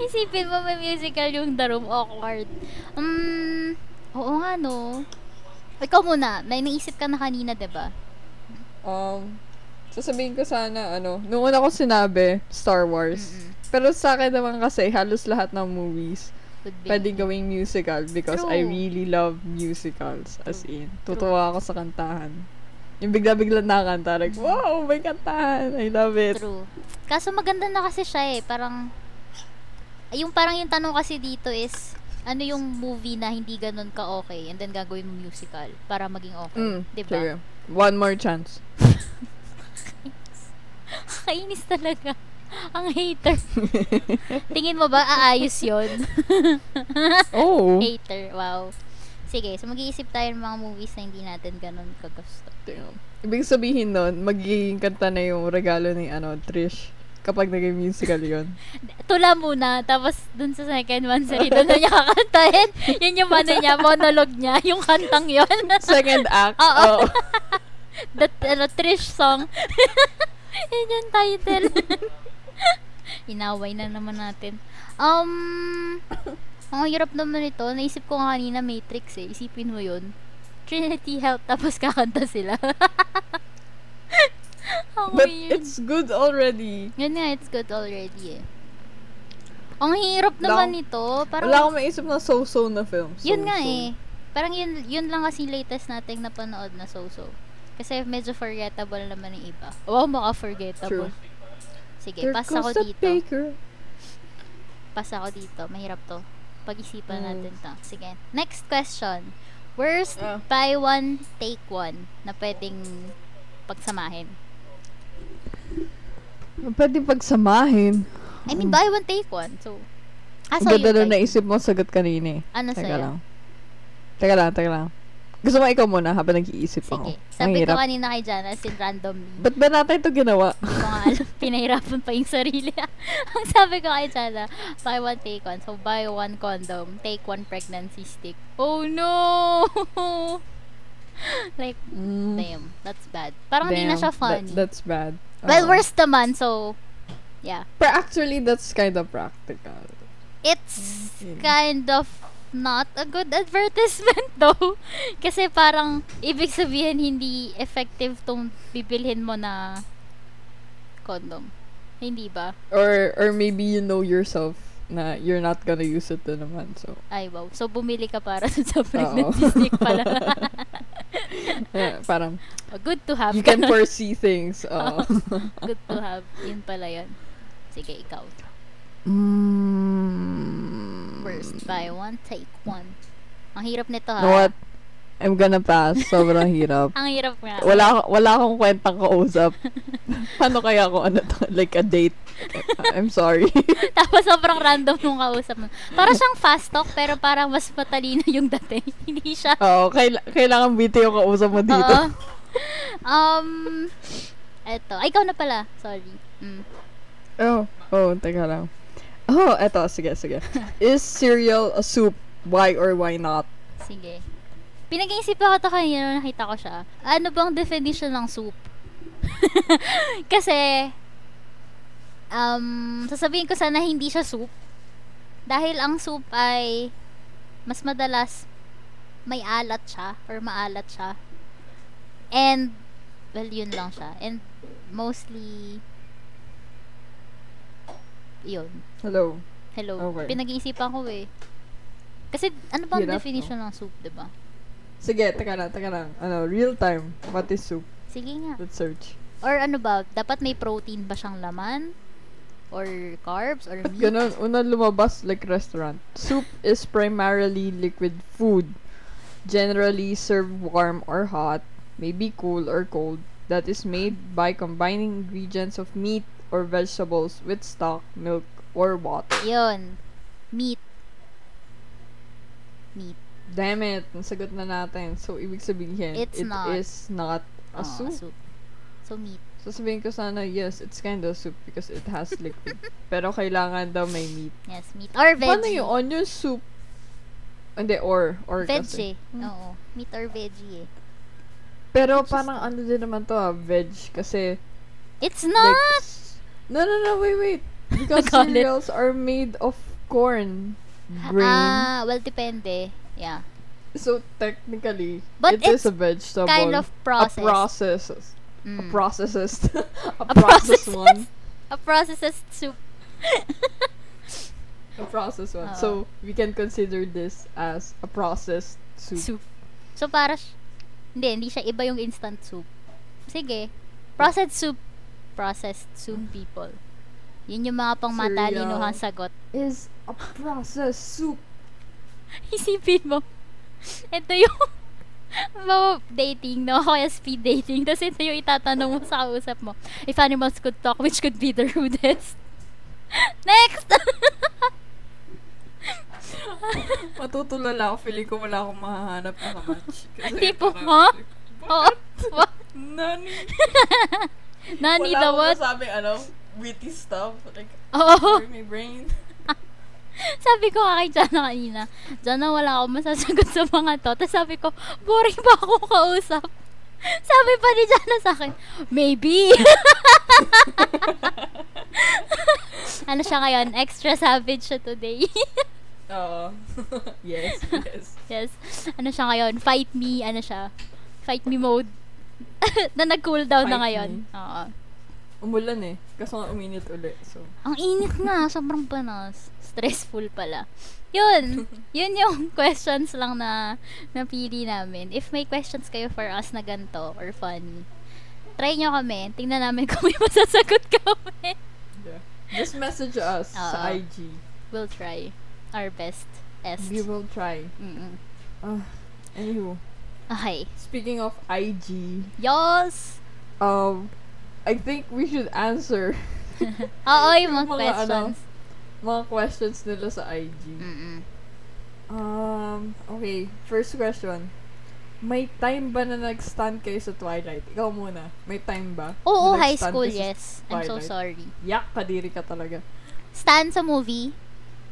A: Isipin mo may musical yung The Room Awkward. Um, oo nga no. Ikaw muna, may naisip ka na kanina, 'di ba?
B: Um, sasabihin ko sana, ano, nung una ko sinabi, Star Wars. Pero sa akin naman kasi, halos lahat ng movies
A: Would be.
B: pwede gawing musical because I
A: True.
B: really love musicals. As in,
A: True.
B: tutuwa ako sa kantahan. Yung bigla-bigla nakanta, like, wow, may kantahan. I love it.
A: True. Kaso maganda na kasi siya eh, parang ay, yung parang yung tanong kasi dito is ano yung movie na hindi ganun ka okay and then gagawin mo musical para maging okay,
B: Mm,
A: 'di ba?
B: sige. One more chance.
A: *laughs* Kainis talaga. *laughs* Ang
B: *laughs*
A: hater. Tingin mo ba aayos 'yon?
B: Oh.
A: hater. Wow. Sige, so mag-iisip tayo ng mga movies na hindi natin ganun kagusto.
B: Damn. Ibig sabihin nun, magiging kanta na yung regalo ni ano, Trish kapag naging musical
A: *laughs*
B: yun.
A: Tula muna, tapos dun sa second one, sa doon na niya kakantahin. Yun yung ano niya, monologue niya, yung kantang yon
B: Second act. Oh.
A: Oo.
B: Oo.
A: *laughs* The ano, Trish song. *laughs* yun yung title. *laughs* Inaway na naman natin. Um, ang hirap naman ito. Naisip ko nga kanina Matrix eh. Isipin mo yun. Trinity Health, tapos kakanta sila. *laughs* ang
B: *laughs* But
A: weird.
B: it's good already.
A: Yun nga, it's good already eh. Ang hirap naman
B: Wala
A: nito. Parang,
B: Wala akong maisip na so-so na film. So-so.
A: yun nga eh. Parang yun, yun lang kasi latest nating napanood na so-so. Kasi medyo forgettable naman yung iba. Wow, maka forgettable.
B: True.
A: Sige,
B: There
A: pass
B: goes
A: ako
B: the
A: dito.
B: baker.
A: Pass ako dito. Mahirap to. Pag-isipan
B: Mm.
A: natin to. Sige. Next question. Worst
B: Ah.
A: buy one, take one na pwedeng pagsamahin.
B: Pwede pagsamahin.
A: I mean, buy one, take one. So, ah,
B: Mm. Ang
A: sa'yo,
B: ganda na
A: Kai.
B: naisip mo ang sagot kanina eh.
A: Ano
B: Teka
A: sa'yo?
B: lang. Teka lang, teka lang. Gusto mo ikaw muna habang nag-iisip
A: Sige.
B: ako.
A: Sabi
B: Ang
A: ko
B: hirap.
A: kanina kay Jana, as in randomly.
B: Ba't ba natin ito ginawa?
A: Hindi ko nga alam. ano, *laughs* Pinahirapan pa yung sarili. *laughs* Ang sabi ko kay Jana, buy one, take one. So, buy one condom, take one pregnancy stick. Oh, no! *laughs* like,
B: Mm,
A: damn. That's bad. Parang hindi na
B: damn.
A: siya
B: That- oh.
A: funny.
B: that's bad. Uh,
A: well,
B: Oo.
A: worst naman, so, yeah.
B: But actually, that's kind of practical.
A: it's
B: Mm.
A: kind of not a good advertisement *laughs* though. Kasi parang ibig sabihin hindi effective tong bibilhin mo na condom. Hindi ba?
B: Or or maybe you know yourself na you're not gonna use it din naman. So,
A: Ay wow. So bumili ka para *laughs* dun sa pregnancy
B: Oo.
A: stick
B: *laughs*
A: pala. *laughs* Oh,
B: yeah, eh, parang
A: good to have.
B: you can foresee
A: *laughs*
B: things. uh, Oo.
A: good to have. Yun pala yun. Sige, ikaw.
B: Mm.
A: First buy one, take one. Ang hirap nito ha.
B: You know what? I'm gonna pass. Sobrang
A: *laughs*
B: hirap.
A: Ang hirap nga.
B: Wala, ako- wala akong kwentang
A: *laughs*
B: kausap. Paano kaya kung ano to? Like a date? I'm sorry. *laughs*
A: Tapos sobrang random nung kausap mo. Para siyang fast talk pero parang mas matalino yung dating. *laughs* Hindi siya.
B: Oo, Oh, kaila- kailangan BT yung kausap mo dito.
A: Oo. Um eto. Ay, ikaw na pala. Sorry. Mm.
B: Oh, oh, teka lang. Oh, eto, sige, sige. Is cereal a soup? Why or why not?
A: Sige. Pinag-iisipan ko to kanina nung nakita ko siya. Ano bang definition ng soup? *laughs* Kasi, um, sasabihin ko sana hindi siya soup. Dahil ang soup ay mas madalas may alat siya or maalat siya. And, well, yun lang siya. And mostly, yun.
B: Hello.
A: Hello.
B: Okay.
A: Pinag-iisipan ko eh. Kasi, ano bang
B: Hirap, no?
A: definition ng soup, di ba?
B: Sige, teka lang, teka lang. Ano, real time. What is soup?
A: Sige nga.
B: Let's search.
A: Or ano ba, dapat may protein ba siyang laman? Or carbs? Or meat?
B: Ganun, unang lumabas like restaurant. Soup is primarily liquid food. Generally served warm or hot, maybe cool or cold, that is made by combining ingredients of meat or vegetables with stock, milk, or water.
A: Yun. Meat. Meat.
B: Damn it, nasagot na natin. So, ibig sabihin,
A: It's
B: it
A: not. Oh,
B: is not a
A: Oo,
B: Ah, soup.
A: So, meat.
B: Sasabihin ko sana, yes, it's kind of soup because it has
A: *laughs*
B: liquid. Pero kailangan daw may meat.
A: Yes, meat. Or veggie.
B: Paano yung onion soup? Hindi, or. or
A: Veggie.
B: kasi. Hmm.
A: Oo. Meat or veggie eh.
B: Pero parang ano din naman to ah, veg. Kasi,
A: It's
B: like,
A: not!
B: s- no, no, no, wait,
A: *laughs*
B: wait. Because
A: Nagalit.
B: cereals are made of corn, grain.
A: ah, well, depende. Yeah.
B: so, technically,
A: But
B: it is
A: it's
B: a vegetable.
A: Kind of process.
B: A process. A
A: Mm.
B: processed. *laughs* a,
A: A
B: processed
A: processed-
B: one.
A: A processed soup. *laughs*
B: A processed one.
A: Oo.
B: So, we can consider this as a processed soup.
A: soup. So, para s- hindi, hindi siya iba yung instant soup. Sige. Processed soup. Processed soup, people. Yun yung mga pang matalinuhang sagot. *laughs*
B: Is a processed soup.
A: Isipin mo, ito yung *laughs* mo dating, no? Kaya speed dating. Tapos ito yung itatanong mo sa kausap mo. If animals could talk, which could be the rudest? *laughs* Next! *laughs*
B: *laughs* Matutulala ako. Feeling ko wala akong mahahanap na
A: *laughs*
B: match.
A: Tipo,
B: *laughs*
A: ha? Oo. What?
B: Nani?
A: Nani the what?
B: masabi, ano, witty stuff. Like,
A: Oo.
B: my brain. *laughs*
A: *laughs* Sabi ko nga kay Jana kanina, Jana wala akong masasagot sa mga to. Tapos sabi ko, boring ba ako kausap? *laughs* Sabi pa ni Jana sa akin, maybe. *laughs* ano siya ngayon? Extra savage siya today. *laughs*
B: Oo. *laughs* yes, *laughs* yes.
A: yes. Ano siya ngayon? Fight me. Ano siya? Fight me mode. *laughs* na nag-cooldown na
B: Fight
A: ngayon. Oo.
B: Umulan eh. Kaso nga uminit uli. So,
A: Ang init nga, sobrang panas. Stressful pala. Yun, yun yung *laughs* questions lang na napili namin. If may questions kayo for us na ganito or funny, try nyo kami. Tingnan namin *laughs* kung may masasagot kami.
B: yeah. Just message us
A: Oo.
B: sa IG.
A: We'll try our best. Est.
B: We will try.
A: Mm-mm.
B: Ah, anywho,
A: Okay.
B: speaking of IG,
A: Yos!
B: um, I think we should answer *laughs*
A: Oo, yung mga ano,
B: Yung mga
A: questions.
B: mga questions nila sa IG.
A: Mm-mm.
B: Um, okay. First question. May time ba na nag-stand kayo sa Twilight? Ikaw muna. May time ba?
A: Oo,
B: Na
A: high
B: nag-stand
A: school,
B: ka sa-
A: yes. I'm so
B: Twilight.
A: sorry.
B: Yak, kadiri ka talaga.
A: Stan sa movie.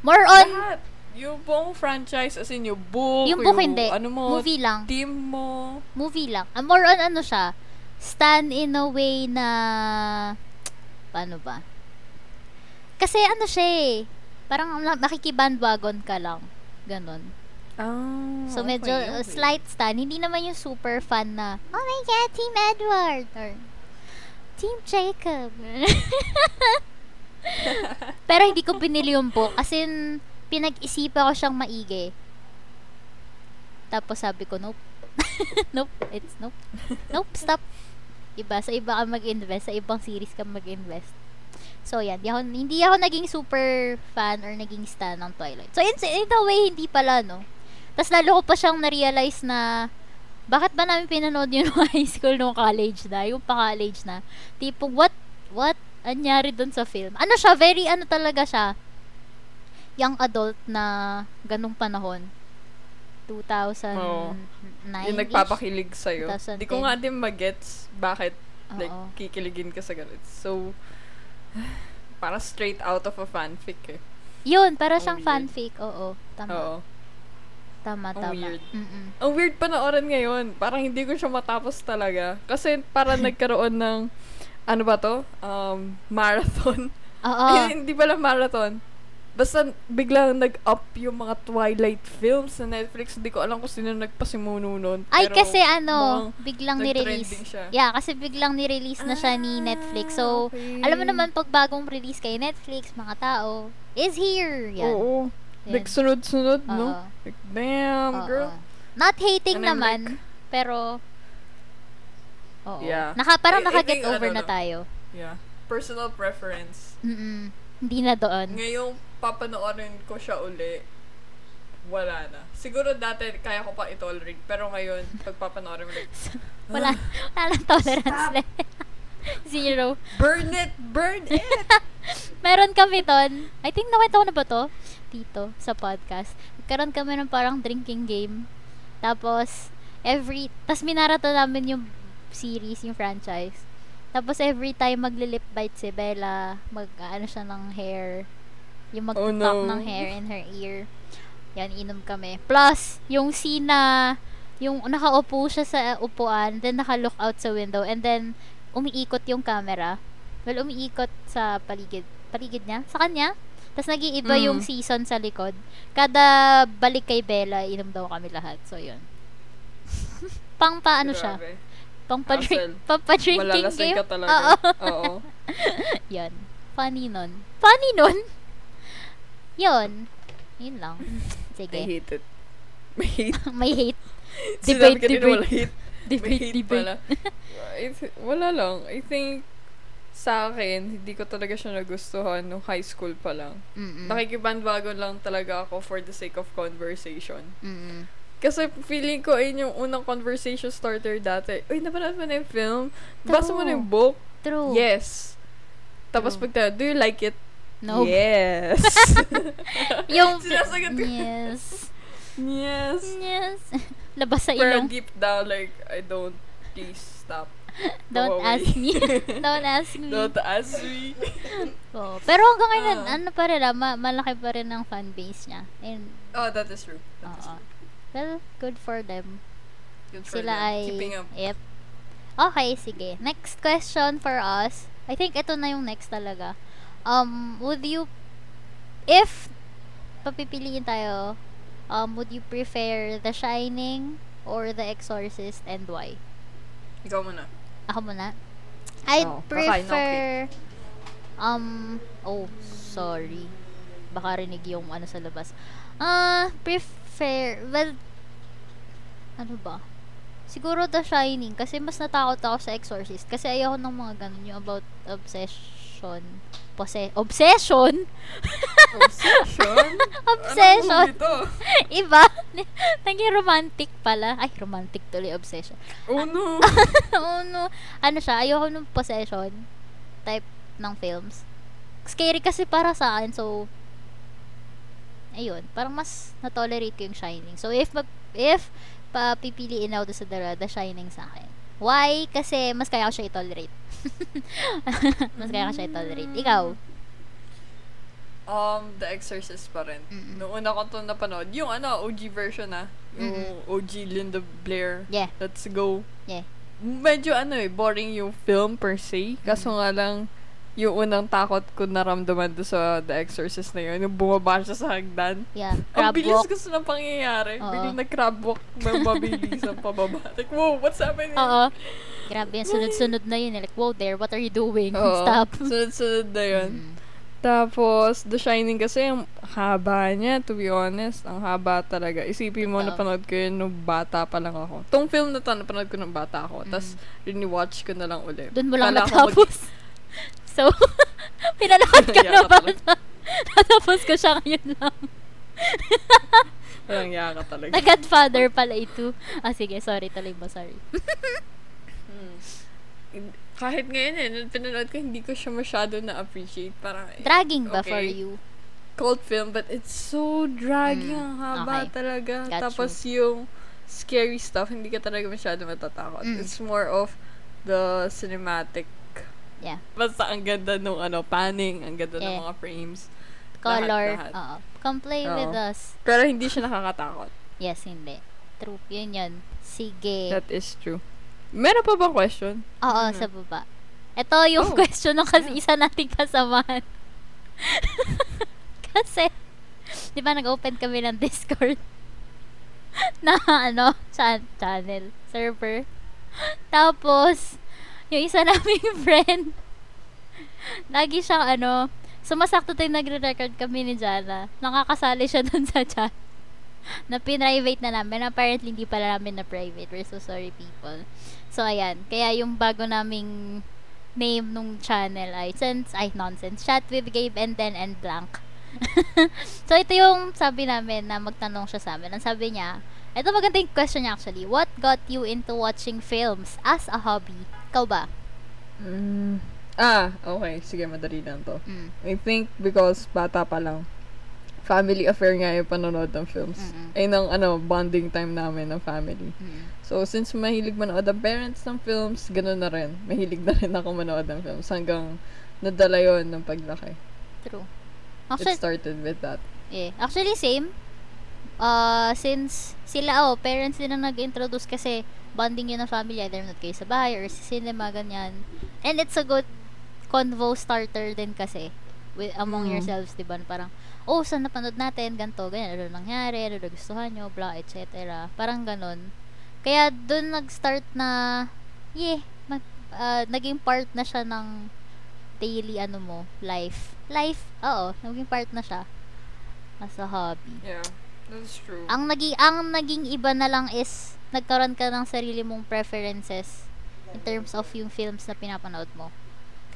A: More on,
C: Lahat. Yung buong franchise, as in yung book,
A: yung book hindi.
C: ano mo,
A: movie lang.
C: team mo.
A: movie lang. Ah, more on ano siya, stand in a way na, paano ba? Kasi ano siya eh, parang na- nakikibandwagon ka lang. Ganon.
B: Oh,
A: So, medyo uh, slight stand. Hindi naman yung super fan na, oh my God, Team Edward! Or, Team Jacob! *laughs* Pero hindi ko binili yung book. As in, pinag-isipan ko siyang maigi. Tapos sabi ko, nope. *laughs* nope. It's nope. Nope, stop. Iba. Sa iba ka mag-invest. Sa ibang series ka mag-invest. So, yan. Di ako, hindi ako naging super fan or naging stan ng Twilight. So, in, in a way, hindi pala, no? Tapos lalo ko pa siyang na-realize na bakit ba namin pinanood yun *laughs* nung high school, nung college na, yung pa-college na. Tipo, what, what, anyari dun sa film? Ano siya, very ano talaga siya, young adult na ganung panahon. 2009
B: Oo.
A: -ish?
B: Yung nagpapakilig sa'yo.
A: 2010.
B: Di ko nga din magets bakit
A: Oo.
B: like, kikiligin ka sa ganit. So, para straight out of a fanfic eh.
A: Yun, para siyang
B: Ang weird.
A: fanfic. Oo, tama.
B: Oo.
A: Tama,
B: Ang
A: tama.
B: weird.
A: Mm-mm.
B: Ang weird panoorin ngayon. Parang hindi ko siya matapos talaga. Kasi
A: *laughs*
B: parang nagkaroon ng, ano ba to? Um, marathon.
A: Oo.
B: Ay, hindi pala marathon. Basta biglang nag-up yung mga Twilight films sa Netflix. Hindi ko alam kung sino nagpasimuno nun.
A: Ay,
B: Pero
A: kasi ano,
B: mukhang
A: biglang
B: nag-trending
A: nirelease.
B: siya. Ah,
A: Yeah, kasi biglang nirelease na siya ni Netflix. So, alam mo naman, pag bagong release kay Netflix, mga tao, is here. Yan.
B: Oo.
A: Yan.
B: Nagsunod-sunod, no?
A: Oo.
B: Like, damn,
A: Oo.
B: girl.
A: Not hating
B: And I'm
A: naman, pero, oo.
B: Yeah.
A: Naka, parang
B: I- I
A: naka-get
B: think,
A: over
B: ano,
A: na
B: no?
A: tayo.
B: Yeah. Personal preference.
A: Mm-mm. Hindi na doon.
B: Ngayong papanoorin ko siya uli, wala na. Siguro dati kaya ko pa itolerate, pero ngayon, pag papanoorin mo, like,
A: Wala, wala nang tolerance *laughs* level. Zero.
B: burn it! Burn it!
A: Meron kami ton. I think nakwento ko na ba to? Dito, sa podcast. Nagkaroon kami ng parang drinking game. Tapos, every... Tapos minarato namin yung series, yung franchise. Tapos every time maglilip bite si Bella, mag ano siya ng hair. Yung mag
B: Oh, no.
A: ng hair in her ear. Yan, inom kami. Plus, yung sina, yung nakaupo siya sa upuan, then naka-look out sa window, and then umiikot yung camera. Well, umiikot sa paligid. Paligid niya? Sa kanya? Tapos nag-iiba
B: Mm.
A: yung season sa likod. Kada balik kay Bella, inom daw kami lahat. So, yun. *laughs* pang paano Ano siya?
B: Grabe.
A: Pang pa
B: Hassle.
A: pang pa-drinking
B: Malalasing
A: game.
B: ka talaga.
A: Oo. *laughs*
B: Oo.
A: Yun. Funny nun. Funny nun? Yun. Yun lang.
B: I
A: Sige.
B: hate it. May hate.
A: May hate.
B: *laughs* Sinabi
A: Debate,
B: ka rin na
A: debate.
B: wala hate. May
A: Debate,
B: hate
A: debate.
B: pala. I th- wala lang. I think, sa akin, hindi ko talaga siya nagustuhan nung high school pa lang.
A: Mm-mm.
B: Nakikibandwagon lang talaga ako for the sake of conversation.
A: Mm-mm.
B: Kasi feeling ko, ayun yung unang conversation starter dati. Uy, napanood mo na yung film? Basa mo na yung book?
A: True.
B: Yes. Tapos
A: True.
B: pagtanong, do you like it?
A: No. *laughs*
B: Yes.
A: Yung...
B: *laughs* Sinasagot ko.
A: Yes.
B: yes.
A: Yes. *laughs* Labas sa
B: Pero
A: ilong.
B: deep down, like, I don't, please stop.
A: *laughs* Don't
B: away.
A: ask me.
B: *laughs*
A: Don't ask me.
B: Don't ask me.
A: Oo. Pero hanggang ngayon,
B: Ah.
A: ano pa rin, ah, ma- malaki pa rin ang fanbase niya. And,
B: Oh, that is true. That is
A: oo.
B: true.
A: Well, good for them.
B: Good for
A: Sila
B: them.
A: ay...
B: Keeping up.
A: Yep. Okay, sige. Next question for us. I think ito na yung next talaga. Um, would you... If papipiliin tayo, um, would you prefer The Shining or The Exorcist and why?
B: Ikaw muna.
A: *laughs* Ako muna. I'd
B: Oo, Oh, kakain na
A: prefer... Um, oh, sorry. Baka rinig yung ano sa labas. Ah, prefer... Well, ano ba? Siguro The Shining. Kasi mas natakot ako sa Exorcist. Kasi ayoko ng mga ganun. Yung about obsession. Pose- obsession? *laughs*
B: Obsession?
A: Obsession. *laughs*
B: Anong ito?
A: Iba. Naging romantic pala. Ay, romantic tuloy. Obsession. *laughs*
B: Oh no.
A: Oo, no. Ano siya, ayoko nung possession type ng films. Scary kasi para sa akin, so, ayun, parang mas na-tolerate ko yung Shining. So, if, mag, if papipiliin ako doon sa The, The Shining sa akin. Why? Kasi mas kaya ko siya i-tolerate. *laughs* mas kaya ko siya i-tolerate. Ikaw?
B: Um, The Exorcist pa rin.
A: Mm-mm.
B: Noong una ko to napanood, yung ano, OG version ah. Yung OG Linda Blair.
A: Yeah.
B: Let's go.
A: Yeah.
B: Medyo ano eh, boring yung film per se. Kaso nga lang, yung unang takot ko naramdaman do sa The Exorcist na yun, yung bumaba siya sa hagdan.
A: Yeah,
C: Ang
A: crab
C: bilis
A: walk.
C: kasi ng pangyayari.
A: Oo.
C: Biglang nag-crab walk ng mabilis ang
A: *laughs*
C: pababa. Like, whoa, what's happening?
A: Oo. Grabe, yung sunod-sunod na yun. eh. Like, whoa there, what are you doing? *laughs*
B: Oo.
A: Stop.
B: Sunod-sunod na yun.
A: Mm.
B: Tapos, The Shining kasi, ang haba niya, to be honest. Ang haba talaga. Isipin mo,
A: Totoo.
B: napanood ko yun nung bata pa lang ako. Tong film na to, napanood ko nung bata ako. Tapos, rewatch ko na lang ulit.
A: Doon Mm. mo lang
B: Kala
A: *laughs*
B: ko mag-
A: natapos. so, *laughs* pinanood
B: *laughs*
A: ka na
B: Yeah,
A: ba?
B: pala.
A: *laughs* Natapos ko siya ngayon
B: *laughs*
A: lang.
B: Walang yaka talaga.
A: The Godfather pala ito. Ah, sige, sorry, tuloy mo, sorry.
C: Hmm.
B: Kahit ngayon eh, nung pinanood ko, hindi ko siya masyado na-appreciate. Parang, eh,
A: Dragging ba for
B: Okay.
A: you?
B: cult film, but it's so draggy.
A: Mm,
B: Ang haba
A: okay.
B: talaga.
A: Got
B: Tapos yung scary stuff, hindi ka talaga masyado matatakot.
A: Mm.
B: It's more of the cinematic.
A: Yeah.
B: Basta ang ganda nung ano, panning, ang ganda ng
A: Yeah.
B: mga frames.
A: Color.
B: lahat.
A: Oo. Come play
B: Oo.
A: with us.
B: Pero hindi siya nakakatakot.
A: Yes, hindi. True. Yun yun. Sige.
B: That is true. Meron pa ba question?
A: Oo, sa baba. Ito yung
B: Oh.
A: question ng kasi isa nating kasamahan. *laughs* kasi, di ba nag-open kami ng Discord? *laughs* na ano, chan- channel, server. Tapos, yung isa *laughs* naming friend, lagi siyang ano, sumasakto tayo nagre-record kami ni Jana. Nakakasali siya *laughs* dun sa chat. Na pinrivate na namin. Apparently, hindi pala namin na private. We're so sorry, people. So, ayan. Kaya yung bago naming name nung channel ay sense ay nonsense chat with Gabe and then and blank *laughs* so ito yung sabi namin na magtanong siya sa amin ang sabi niya ito maganda yung question niya actually what got you into watching films as a hobby ikaw ba
B: Ah, okay. Sige, madali lang to.
A: mm.
B: I think because bata pa lang. Family affair nga yung panonood ng films.
A: Mm-mm.
B: Ay, ng ano, bonding time namin ng family.
A: mm.
B: So, since mahilig manood ang parents ng films, ganun na rin. Mahilig na rin ako manood ng films hanggang nadala yon ng paglaki.
A: True.
B: It
A: Actually,
B: started with that.
A: eh, actually same. Uh, since sila, oh, parents din ang nag-introduce kasi bonding yun ng family, either not kayo sa bahay or sa cinema, ganyan. And it's a good convo starter din kasi with, among
B: Mm.
A: yourselves, di ba? Na Parang, oh, saan napanood natin, ganto, ganyan, ano nangyari, ano nagustuhan nyo, blah, etc. Parang ganun. Kaya dun nag-start na, yeah, mag, ah, naging part na siya ng daily ano mo, life. Life, oo, naging part na siya. As a hobby.
C: Yeah, that's true.
A: Ang naging, ang naging iba na lang is, nagkaroon ka ng sarili mong preferences in terms of yung films na pinapanood mo.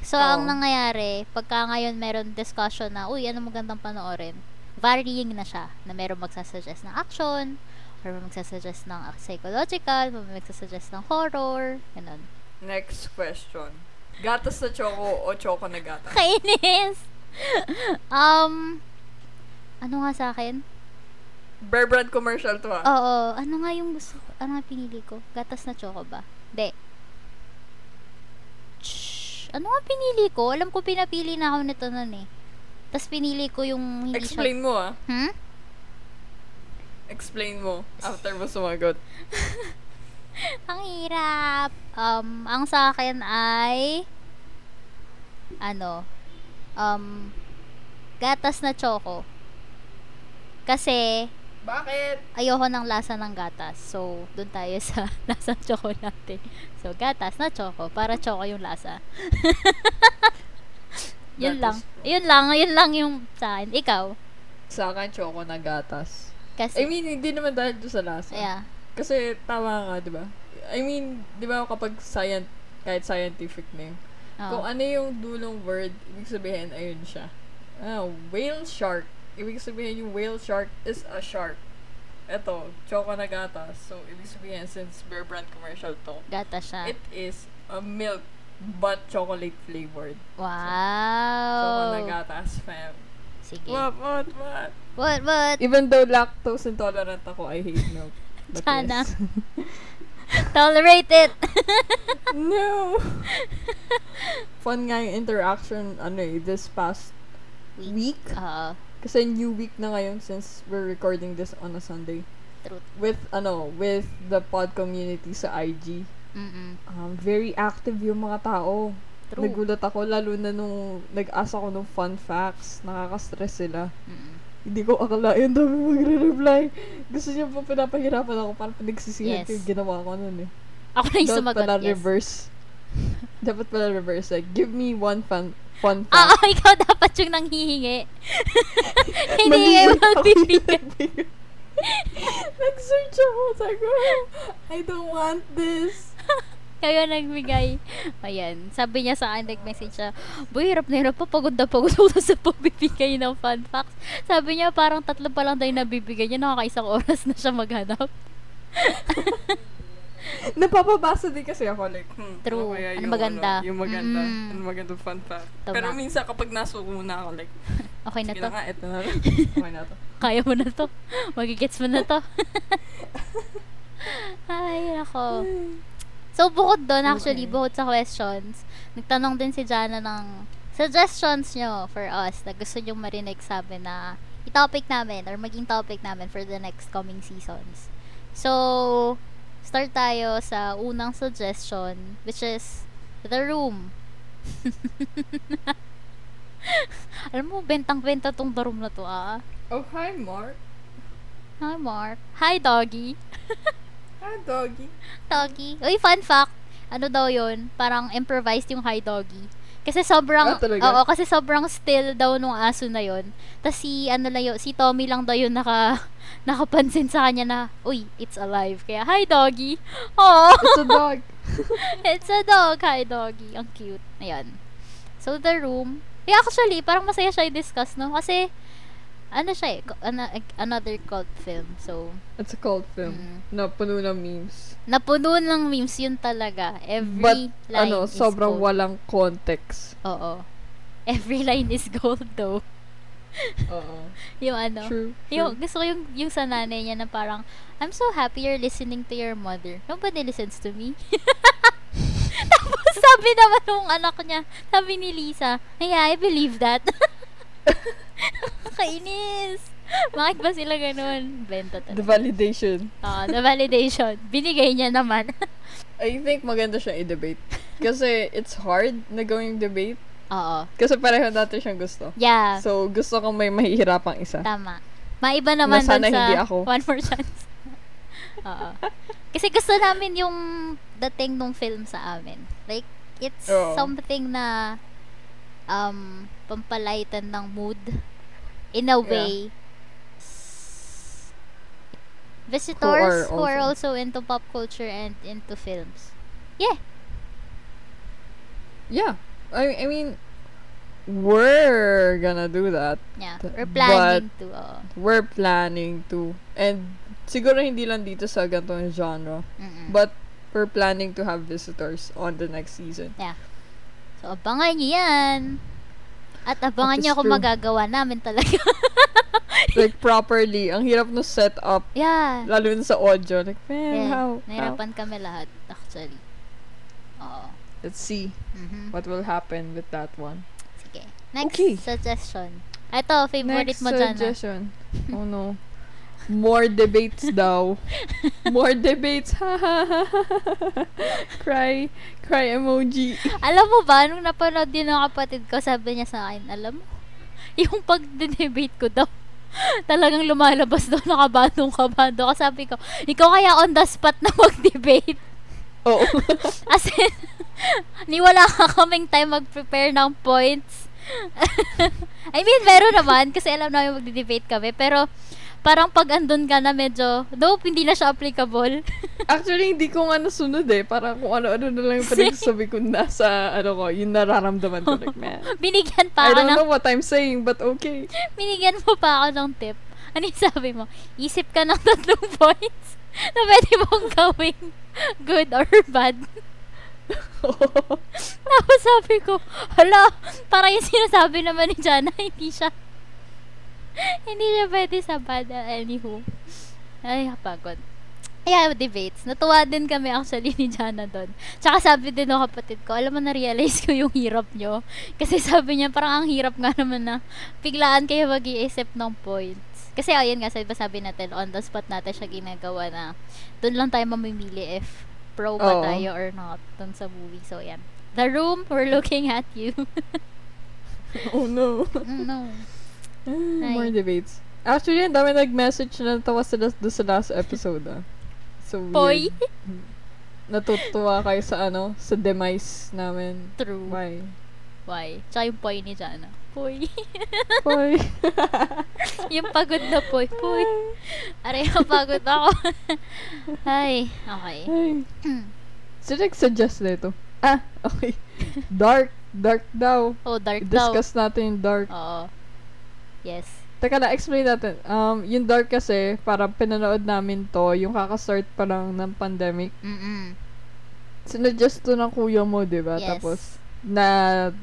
A: So,
B: Oo.
A: ang nangyayari, pagka ngayon meron discussion na, uy, ano magandang panoorin, varying na siya, na meron magsasuggest ng action, or may magsasuggest ng ah, psychological, may magsasuggest ng horror, ganun. *laughs*
C: Next question. Gatas na choco o choco na gatas?
A: Kainis! *laughs* um, ano nga sa akin?
C: Bear brand commercial to ah. ha.
A: Oo, ano nga yung gusto ko? Ano nga pinili ko? Gatas na choco ba? De. Shhh. Ano nga pinili ko? Alam ko pinapili na ako nito nun eh. Tapos pinili ko yung hindi
C: Explain mo ah.
A: siya. Hmm?
C: Explain mo after mo sumagot.
A: Ang hirap. Um, ang sa akin ay ano um gatas na choco. Kasi
C: Bakit?
A: ayoko ng lasa ng gatas. So, doon tayo sa *laughs* lasa choco natin. So, gatas na choco. Para choco yung lasa. *laughs* yun lang.
B: That is true.
A: Yun lang. Yun lang yung sa akin. Ikaw.
B: Sa akin, choco na gatas.
A: Kasi,
B: I mean, hindi naman dahil doon sa lasa.
A: yeah.
B: Kasi tama ka, di ba? I mean, di ba kapag science, kahit scientific na yun,
A: Oo.
B: Kung ano yung dulong word, ibig sabihin, ayun siya. Ah, whale shark. Ibig sabihin, yung whale shark is a shark. Ito, choco na gatas. So, ibig sabihin, since Bear Brand commercial to,
A: gatas siya.
B: it is a milk but chocolate flavored. Choco na
A: wow.
B: gatas, fam.
A: Sige.
B: What, what, what?
A: What, what?
B: Even though lactose intolerant ako, I hate milk. But
A: Sana.
B: yes.
A: Tolerate it.
B: *laughs* no! Fun nga yung interaction, ano eh, this past week.
A: Oo.
B: Kasi new week na ngayon since we're recording this on a Sunday.
A: Truth.
B: With, ano, with the pod community sa IG.
A: Mm-mm.
B: Um, very active yung mga tao.
A: True.
B: Nagulat ako, lalo na nung nag-asa ko ng fun facts. Nakaka-stress sila.
A: Mm-mm.
B: Hindi ko akala yung dami magre-reply. Gusto niyo po pinapahirapan ako para
A: Yes.
B: pinagsisihan ko yung ginawa ko nun eh.
A: Ako na yung
B: Dapat
A: sumagot,
B: pala
A: yes. *laughs*
B: reverse. Dapat pala reverse. Like, give me one fun, fun
A: Ah, *laughs*
B: fact.
A: ah, ikaw dapat yung nanghihingi. Hindi,
B: *laughs* Mali
A: eh, *laughs*
B: yun.
A: magbibigay.
C: *laughs*
B: Nag-search ako. Sabi ko, I don't want this.
A: Kayo nagbigay. Ayan. Sabi niya sa akin, nag-message siya, Boy, hirap na hirap pa. Pagod na pagod ako *laughs* sa pagbibigay ng fun facts. Sabi niya, parang tatlo pa lang tayo nabibigay niya. Nakakaisang oras na siya maghanap.
B: Napapabasa din kasi ako. Like,
C: Hmm,
A: True.
C: kaya
A: Ano
C: yung
A: maganda?
C: ano, yung maganda.
A: Mm.
C: Ano maganda fun fact.
A: Tama.
C: Pero minsan kapag nasuko na ako, like,
A: Okay na
C: sige na
A: to.
C: nga, eto
A: *laughs*
C: na lang. Okay na to.
A: Kaya mo na to. Magigets mo na to. *laughs* Ay, ako. So, bukod doon, actually,
B: Okay.
A: bukod sa questions, nagtanong din si Jana ng suggestions nyo for us na gusto nyong marinig sa amin na i-topic namin or maging topic namin for the next coming seasons. So, start tayo sa unang suggestion, which is The Room. *laughs* Alam mo, bentang-benta tong The Room na to, ah.
C: Oh, hi, Mark.
A: Hi, Mark. Hi, Doggy.
C: Hi, doggy.
A: Doggy. Uy, fun fact. Ano daw yun? Parang improvised yung hi, Doggy. Kasi sobrang,
B: Ah, talaga?
A: oo, kasi sobrang still daw nung aso na yun. Tapos si, ano lang yun, si Tommy lang daw yun naka, *laughs* nakapansin sa kanya na, uy, it's alive. Kaya, hi, Doggy. *laughs* Oh,
B: It's a dog.
A: it's a dog. Hi, Doggy. Ang cute. Ayan. So, the room. Eh, actually, parang masaya siya i-discuss, no? Kasi, ano siya eh, co- ana- another cult film. So,
B: It's a cult film.
A: mm.
B: Na puno ng memes.
A: Napuno ng memes yun talaga. Every
B: But,
A: line
B: ano,
A: is
B: sobrang
A: gold.
B: walang context.
A: Oo. Every *laughs* line is gold though.
B: Oo.
A: Yung ano.
B: True.
A: Yung,
B: true.
A: gusto ko yung, yung sa nanay niya na parang, I'm so happy you're listening to your mother. Nobody listens to me. *laughs* Tapos sabi naman nung anak niya, sabi ni Lisa, hey, I believe that. *laughs* Nakainis. Bakit ba sila ganun? Benta
B: The
A: talaga.
B: validation.
A: Ah, the validation. Binigay niya naman. *laughs*
B: I think maganda siyang i-debate. Kasi it's hard na gawing debate.
A: Oo.
B: Kasi pareho natin siyang gusto.
A: Yeah.
B: So, gusto kong may mahihirapang isa.
A: Tama. Maiba naman
B: Na sana
A: dun sa
B: hindi ako.
A: *laughs* One More Chance. Oo. Kasi gusto namin yung dating nung film sa amin. Like, it's
B: Oo.
A: something na um, pampalaitan ng mood in a
B: Yeah.
A: way. S- Visitors who are, also. into pop culture and into films.
B: Yeah. I, I mean, we're gonna do that.
A: Yeah.
B: Th-
A: We're planning to. oo.
B: We're planning to. And siguro hindi lang dito sa ganitong genre.
A: Mm-mm.
B: But we're planning to have visitors on the next
A: *laughs*
B: season.
A: So, abangan niyo yan. At abangan
B: That
A: niyo
B: is
A: kung
B: true.
A: magagawa namin talaga. *laughs*
B: Like, properly. Ang hirap no set up.
A: yeah.
B: Lalo na sa audio. Like, man,
A: Yeah.
B: how? how?
A: Nahirapan kami lahat, actually. Oo.
B: Let's see
A: Mhm.
B: what will happen with that one.
A: Sige. Next
B: Okay.
A: suggestion. Ito, favorite
B: Next
A: mo dyan. ah. *laughs*
B: suggestion. Oh no. More debates
A: *laughs*
B: daw. More debates. cry. Cry
A: *laughs*
B: emoji.
A: Alam mo ba, nung napanood din ng kapatid ko, sabi niya sa akin, alam mo, *laughs* yung pag-debate ko daw, *laughs* talagang lumalabas daw nakabadong kabado. Kasi sabi ko, ikaw kaya on the spot na mag-debate. Oh.
B: Oo.
A: As in, *laughs* niwala ka kaming time mag-prepare ng points. *laughs* I mean, meron naman kasi alam namin magde-debate kami. Pero, parang pag andun ka na medyo, though hindi na siya applicable.
B: *laughs*
A: *laughs*
B: Actually, hindi ko nga nasunod eh. Parang kung ano-ano na lang yung pinagsasabi ko nasa, ano ko, yung nararamdaman ko. Like,
A: *laughs*
B: man.
A: binigyan
B: I
A: pa ako
B: don't
A: ng,
B: know what I'm saying, but okay. *laughs*
A: binigyan mo pa ako ng tip. Ano yung sabi mo? Isip ka ng *laughs* tatlong points *laughs* na pwede mong gawing good or bad. *laughs* Tapos sabi ko, hala, para yung sinasabi naman ni Jana, *laughs* hindi siya, hindi siya pwede sa bad. Uh, Anywho, ay, pagod. Yeah, debates. Natuwa din kami actually ni Jana doon. Tsaka sabi din ng kapatid ko, alam mo, na-realize ko yung hirap nyo. Kasi sabi niya, parang ang hirap nga naman na biglaan kayo mag-iisip ng points. Kasi ayun nga, sabi, sabi natin, on the spot natin siya ginagawa na doon lang tayo mamimili if pro ba
B: Oo.
A: tayo or not doon sa movie. So, yan. The room, we're looking at you.
B: Oh no.
A: Mm, *laughs* no.
B: More
A: Ay.
B: debates. Actually, ang dami nag-message na natawa sila doon sa last episode ah. So weird.
A: Poy.
B: Natutuwa kayo sa ano, sa demise namin.
A: True. Why?
B: Why?
A: Tsaka yung poy ni Jana. Poy.
B: Poy.
A: *laughs* yung pagod na poy. Poy. Aray, pagod ako. *laughs* Ay, okay.
B: Ay. Sino nag-suggest na ito? Ah, okay. Dark. Dark daw.
A: Oh, dark daw. Ah.
B: Discuss natin yung dark.
A: Oo. Yes.
B: Teka na, explain natin. Um, yung dark kasi, parang pinanood namin to, yung kakastart pa lang ng pandemic.
A: Mm-mm.
B: Sinuggest to ng kuya mo, di ba?
A: yes.
B: Diba, Tapos, na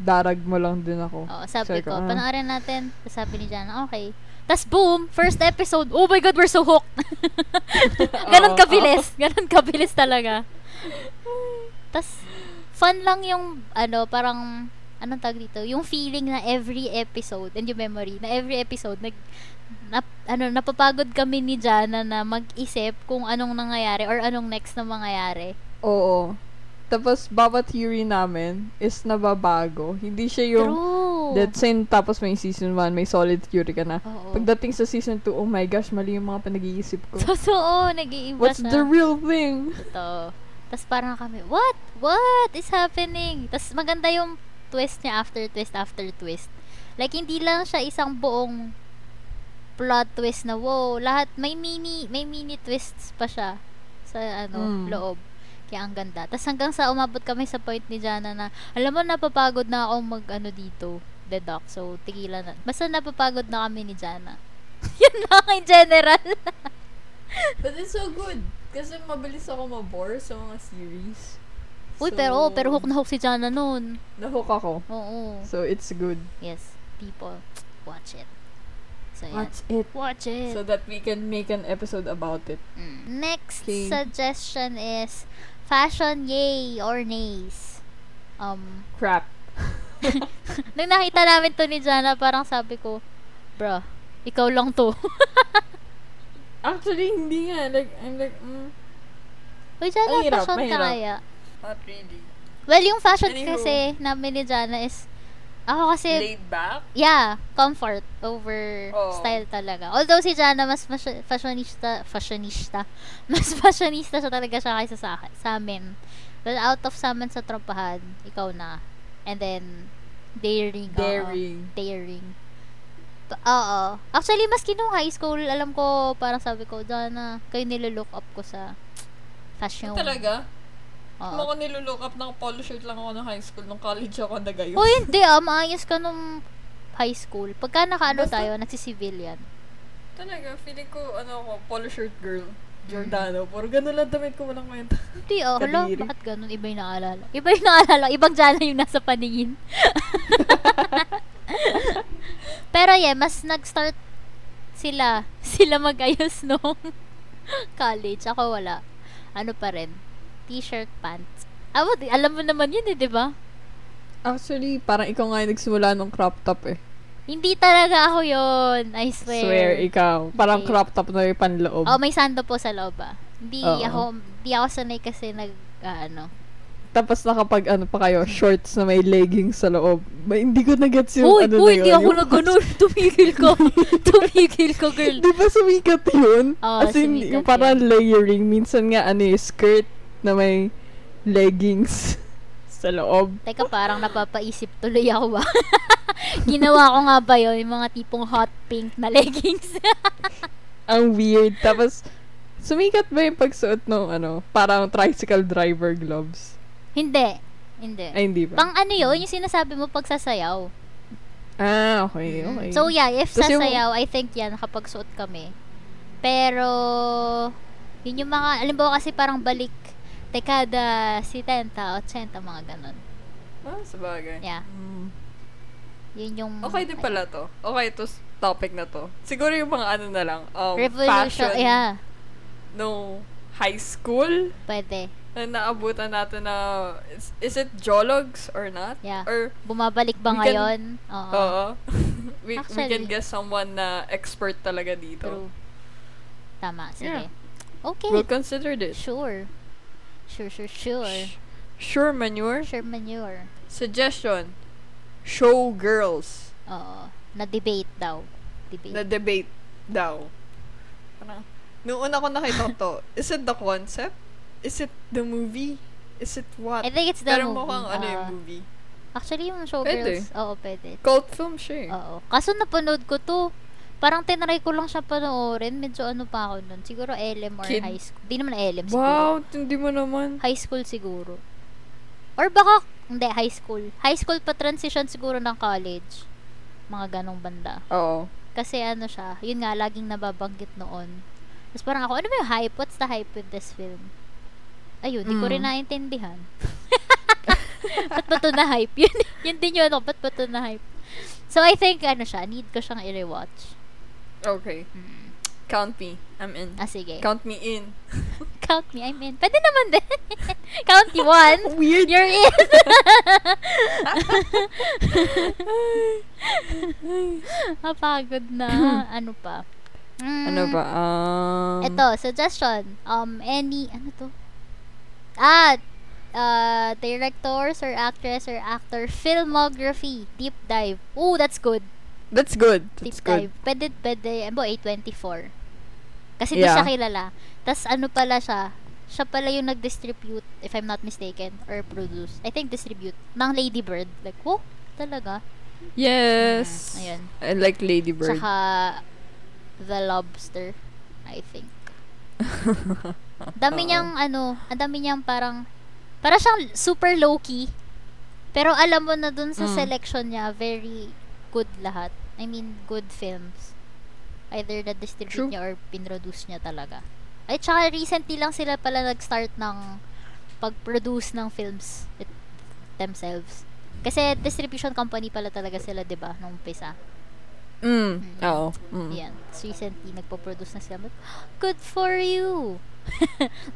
B: darag mo lang din ako.
A: Oo, sabi
B: Sorry
A: ko,
B: ka, ah.
A: panoorin natin. Tapos sabi ni Jana, okay. Tapos boom, first episode, oh my god, we're so hooked. ganon
B: Oo,
A: *laughs* kabilis. Ganon kabilis talaga. Tapos, fun lang yung, ano, parang, anong tag dito? Yung feeling na every episode, and yung memory, na every episode, nag, nap, ano, napapagod kami ni Jana na mag-isip kung anong nangyayari or anong next na mangyayari.
B: Oo. Tapos, bawat theory namin is nababago. Hindi siya yung
A: True.
B: that same tapos may season 1, may solid theory ka na.
A: Oo.
B: Pagdating sa season 2, oh my gosh, mali yung mga pinag-iisip ko.
A: *laughs* Totoo, nag-iiba
B: What's
A: siya.
B: the real thing?
A: Totoo. Tapos parang kami, what? What is happening? Tapos maganda yung twist niya after twist after twist. Like, hindi lang siya isang buong plot twist na wow, lahat may mini may mini twists pa siya sa ano
B: Mm.
A: loob. Kaya ang ganda. Tapos hanggang sa umabot kami sa point ni Jana na alam mo napapagod na ako mag ano dito, deduct. So tigilan na. Basta napapagod na kami ni Jana. *laughs* Yun lang in general.
C: *laughs* But it's so good. Kasi mabilis ako mabore sa mga series.
A: Uy,
C: So,
A: pero pero hook na hook si Jana noon.
B: Nahook ako.
A: Oo.
B: So, it's good.
A: Yes, people, watch it. So, yan.
B: Watch it.
A: Watch it.
B: So that we can make an episode about it.
A: Mm. Next
B: Okay.
A: suggestion is fashion yay or nays. Um,
B: Crap.
A: nung nakita namin to ni Jana, parang sabi ko, bro, ikaw lang to. *laughs*
B: Actually, hindi nga. Like, I'm like, mm,
A: Uy, Jana,
B: Mahirap,
A: fashion ka
B: mahirap.
A: kaya.
C: Not really.
A: Well, yung fashion
C: Anywho.
A: kasi namin ni Jana is, ako kasi,
C: Laid back?
A: yeah, comfort over
C: Oo.
A: style talaga. Although si Jana mas mas- fashionista, fashionista, *laughs* mas fashionista siya talaga siya kaysa sa, akin- sa amin. Well, out of sa amin sa trompahan, ikaw na. And then, daring. oo.
B: daring.
A: Daring. Pa- Oo. Actually, maski nung high school, alam ko, parang sabi ko, Jana, kayo nililook up ko sa fashion.
C: Talaga?
A: Oo.
C: Kung ako nilulook up, ng polo shirt lang ako ng high school. Nung college ako nagayo.
A: O hindi ah, maayos ka nung high school. Pagka nakaano
C: Basta-
A: tayo, nagsisivilyan.
C: Talaga, feeling ko, ano ako, polo shirt girl.
B: Mm.
C: Giordano. Puro ganun lang damit ko, walang kwenta.
A: Hindi ah, hala,
B: Kadiri.
A: bakit ganun? Iba yung naalala. Iba yung *laughs* naalala. Ibang Jana yung nasa
B: *laughs*
A: paningin. Pero yeah, mas nag-start sila. *laughs* Sila mag-ayos nung *laughs* college. Ako wala. Ano pa rin? T-shirt, pants. Ah, what- alam mo naman yun eh, di ba?
B: Actually, parang ikaw nga yung nagsimula nung crop top eh.
A: Hindi talaga ako yun. I swear.
B: Swear, ikaw. Parang
A: Okay.
B: crop top na yung panloob.
A: Oh, may sando po sa loob ah. Hindi
B: Oo.
A: ako, hindi ako sanay kasi nag, ah, ano.
B: Tapos nakapag ano pa kayo, shorts na may leggings sa loob. Ba, hindi ko na-gets yung
A: Uy,
B: ano
A: uy,
B: na yun.
A: hindi ako
B: yung-
A: na
B: *laughs*
A: ganun. Tumigil ka. Tumigil ka, girl.
B: Di ba sumikat yun?
A: Oo,
B: As in,
A: sumikat
B: yung parang layering. Minsan nga, ano eh, skirt na may leggings *laughs* sa loob.
A: Teka, parang napapaisip tuloy ako *laughs* ba? Ginawa ko nga ba yun? Yung mga tipong hot pink na leggings. *laughs*
B: Ang weird. Tapos, sumikat ba yung pagsuot ng ano, parang tricycle driver gloves?
A: hindi. Hindi.
B: Ay, hindi ba?
A: Pang ano yun? Yung sinasabi mo pag sasayaw.
B: ah, okay, okay.
A: Mm. So yeah, if
B: Tas yung-
A: sasayaw, I think yan, kapag suot kami. Pero, yun yung mga, alam ba kasi parang balik, dekada, 70, 80, mga ganun.
C: Ah, sabagay.
A: Yeah,
B: Mm.
A: yun yung...
C: Okay din pala to. Okay, to s- topic na to. Siguro yung mga ano na lang, um,
A: Revolution,
C: fashion
A: yeah,
C: nung high school
A: pwede.
C: na naabutan natin na, is, is it Jologs or not?
A: Yeah.
C: Or,
A: Bumabalik ba
C: We can-
A: ngayon? Oo.
C: oo. *laughs* we, we
A: Actually.
C: can guess someone na expert talaga dito.
A: True. Tama, sige.
B: Yeah.
A: Okay.
C: We'll consider this.
A: Sure. Sure, sure, sure.
B: Sure manure.
A: Sure manure.
B: Suggestion. Show girls.
A: Oo. Na-debate daw.
B: Na
A: Debate.
B: debate daw. Parang, nung una ko nakita ko to, is it the concept? Is it the movie? Is it what?
A: I think it's the
B: Pero
A: movie. Ah.
B: mukhang ano yung
A: oo.
B: movie.
A: Actually, yung showgirls, oo, pwede.
B: Cult film siya eh.
A: Oo. Kaso napanood ko to, parang tinry ko lang siya panoorin. Medyo ano pa ako nun. Siguro LM or
B: Kid.
A: high school. Di naman LM siguro.
B: Wow, hindi mo naman.
A: High school siguro. Or baka, hindi, high school. High school pa transition siguro ng college. Mga ganong banda.
B: Oo.
A: Kasi ano siya, yun nga, laging nababanggit noon. Tapos parang ako, ano ba yung hype? What's the hype with this film? Ayun, di ko rin
B: Mm.
A: naintindihan. *laughs* ba't ba to na hype? Yun, yun din yun ako, ba't ba to na hype? So I think, ano siya, need ko siyang i-rewatch.
B: Okay.
A: Mm.
B: Count me. I'm in.
A: Ah, sige.
B: Count me *laughs* in.
A: Count me, I'm in. Pwede naman din. *laughs* Count you one.
B: Weird.
A: You're in. Napagod
B: *clears throat*
A: na. ano pa? Mm,
B: Ano ba? Um,
A: Ito, suggestion. Um, any, ano to? Ah, uh, directors or actress or actor filmography. Deep dive. Ooh, that's good.
B: That's good.
A: Deep
B: That's
A: dive.
B: good.
A: Pwede, pwede. Ano ba, 824. Kasi di
B: Yeah.
A: siya kilala. Tapos ano pala siya? Siya pala yung nag-distribute, if I'm not mistaken, or produce. I think distribute. Ng Lady Bird. Like, oh, talaga.
B: Yes.
A: Mm, ayun.
B: I like Lady Bird.
A: Tsaka, The Lobster, I
B: *laughs*
A: think. Dami
B: Oo.
A: niyang, ano, ang dami niyang parang, para siyang super low-key. Pero alam mo na dun sa
B: Mm.
A: selection niya, very good lahat. I mean, good films. Either na-distribute
B: True.
A: niya or pinroduce niya talaga. Ay, tsaka recently lang sila pala nag-start ng pag-produce ng films it, themselves. Kasi distribution company pala talaga sila, 'di ba, nung pisa.
B: Mm.
A: Mm.
B: Oo. Mm.
A: Yan. So, recently, nagpo-produce na sila. *gasps* Good for you! *laughs*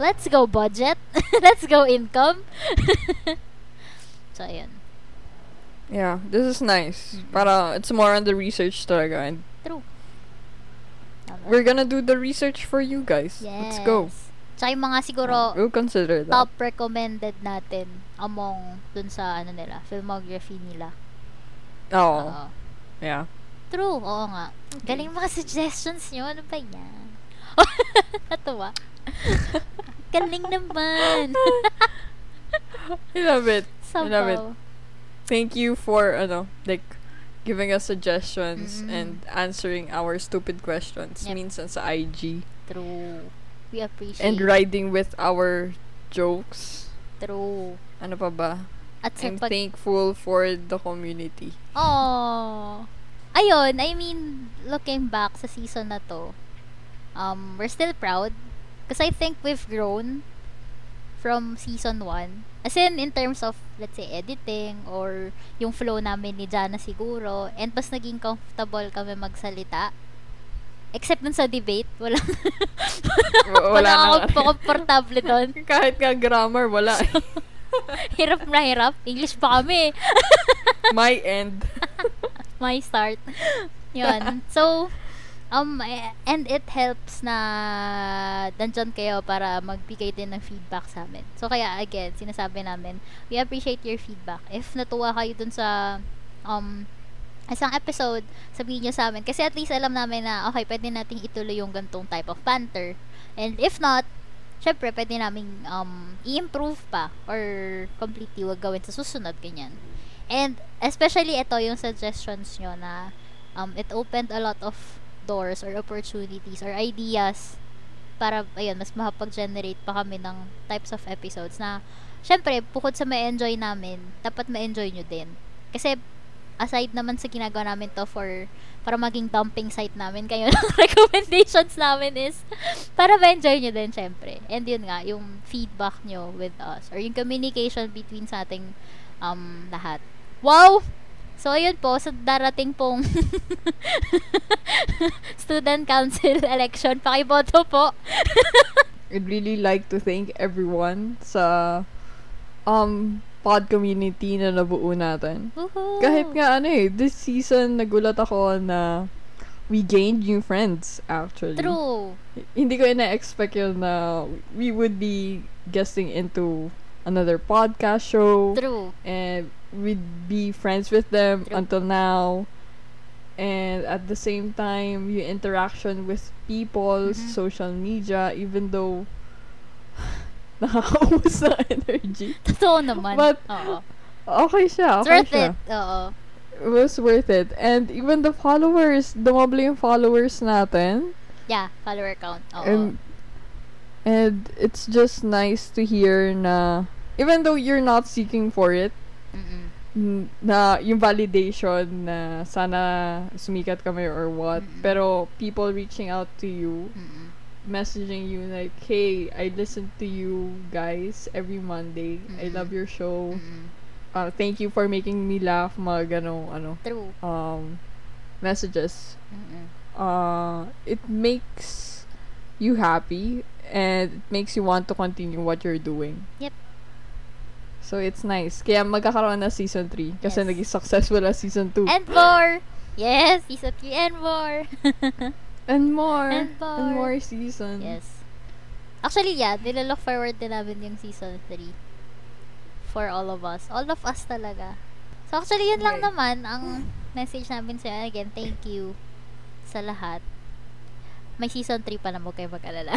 A: Let's go budget! *laughs* Let's go income! *laughs* so, ayun.
B: Yeah, this is nice.
A: Mm.
B: Para it's more on the research talaga. And
A: True. Tama.
B: we're gonna do the research for you guys. Let's go. Oh,
A: Yes. Tsaka yung mga siguro
B: We'll consider that.
A: top recommended natin among dun sa ano nila, filmography nila.
B: Oh,
A: Oo.
B: yeah.
A: True, oo nga. Galing mga *laughs* suggestions nyo. Ano ba yan? *laughs*
B: *laughs*
A: Natuwa. Galing naman.
B: I love it.
A: Somehow.
B: love it. Thank you for ano, like giving us suggestions
A: Mm.
B: and answering our stupid questions.
A: Yep.
B: Minsan sa IG
A: True. We appreciate
B: and riding with our jokes.
A: True.
B: Ano pa ba?
A: At sa
B: I'm
A: pag...
B: thankful for the community.
A: Oh. Ayun, I mean, looking back sa season na to, um, we're still proud. Because I think we've grown from season 1. As in, in terms of, let's say, editing or yung flow namin ni Jana siguro. And mas naging comfortable kami magsalita. Except dun sa debate, wala,
B: W-
A: *laughs* wala,
B: wala na.
A: akong comfortable
B: *laughs*
A: doon.
B: Kahit nga
A: *laughs*
B: grammar, wala. eh.
A: Hirap na hirap. English pa kami.
B: My end.
A: my start. *laughs* Yun. So, um, eh, and it helps na nandyan kayo para magbigay din ng feedback sa amin. So, kaya again, sinasabi namin, we appreciate your feedback. If natuwa kayo dun sa, um, isang episode, sabihin nyo sa amin. Kasi at least alam namin na, okay, pwede nating ituloy yung gantong type of banter. And if not, syempre, pwede namin um, i-improve pa or completely wag gawin sa susunod, ganyan. And especially ito yung suggestions nyo na um, it opened a lot of doors or opportunities or ideas para ayun mas makapag-generate pa kami ng types of episodes na syempre bukod sa ma-enjoy namin dapat ma-enjoy nyo din kasi aside naman sa ginagawa namin to for para maging dumping site namin kayo *laughs* ng recommendations namin is para ma-enjoy nyo din syempre and yun nga yung feedback nyo with us or yung communication between sa ating um, lahat wow So, ayun po, sa darating pong *laughs* Student Council election, pakiboto po.
B: I'd really like to thank everyone sa um pod community na nabuo natin.
A: Woohoo!
B: Kahit nga ano eh, this season nagulat ako na we gained new friends actually.
A: True.
B: Hindi ko ina-expect yun na we would be guesting into another podcast show
A: True.
B: and we'd be friends with them
A: True.
B: until now. And at the same time, your interaction with people,
A: Mhm.
B: social media, even though *sighs* nakakaubos ng *laughs* energy.
A: Totoo naman.
B: But-
A: Oo.
B: Okay
A: It's
B: siya, okay
A: worth
B: siya.
A: it. Oo.
B: It was worth it. And even the followers, dumoble yung followers natin.
A: Yeah, follower count. Oo.
B: And, and it's just nice to hear na, even though you're not seeking for it,
A: Mm-mm.
B: n- na yung validation na sana sumikat kami or what.
A: Mm-mm.
B: Pero people reaching out to you,
A: Mm-mm.
B: messaging you like, hey, I listen to you guys every Monday. I love your show.
A: Mm-mm.
B: Uh, thank you for making me laugh. Mga ganong, ano,
A: True.
B: um, messages.
A: Mm-mm.
B: Uh, it makes you happy and it makes you want to continue what you're doing.
A: Yep.
B: So it's nice. Kaya magkakaroon na season 3 kasi
A: Yes.
B: naging successful na season 2
A: And more! Yes, season 3 and *laughs* more!
B: And more.
A: And more.
B: season.
A: yes. Actually, yeah, nilalook forward din namin yung season 3. For all of us. All of us talaga. So, actually, yun lang
B: Right.
A: naman ang message namin sa'yo. Again, thank you sa lahat. May season 3 pa na huwag kayo mag-alala.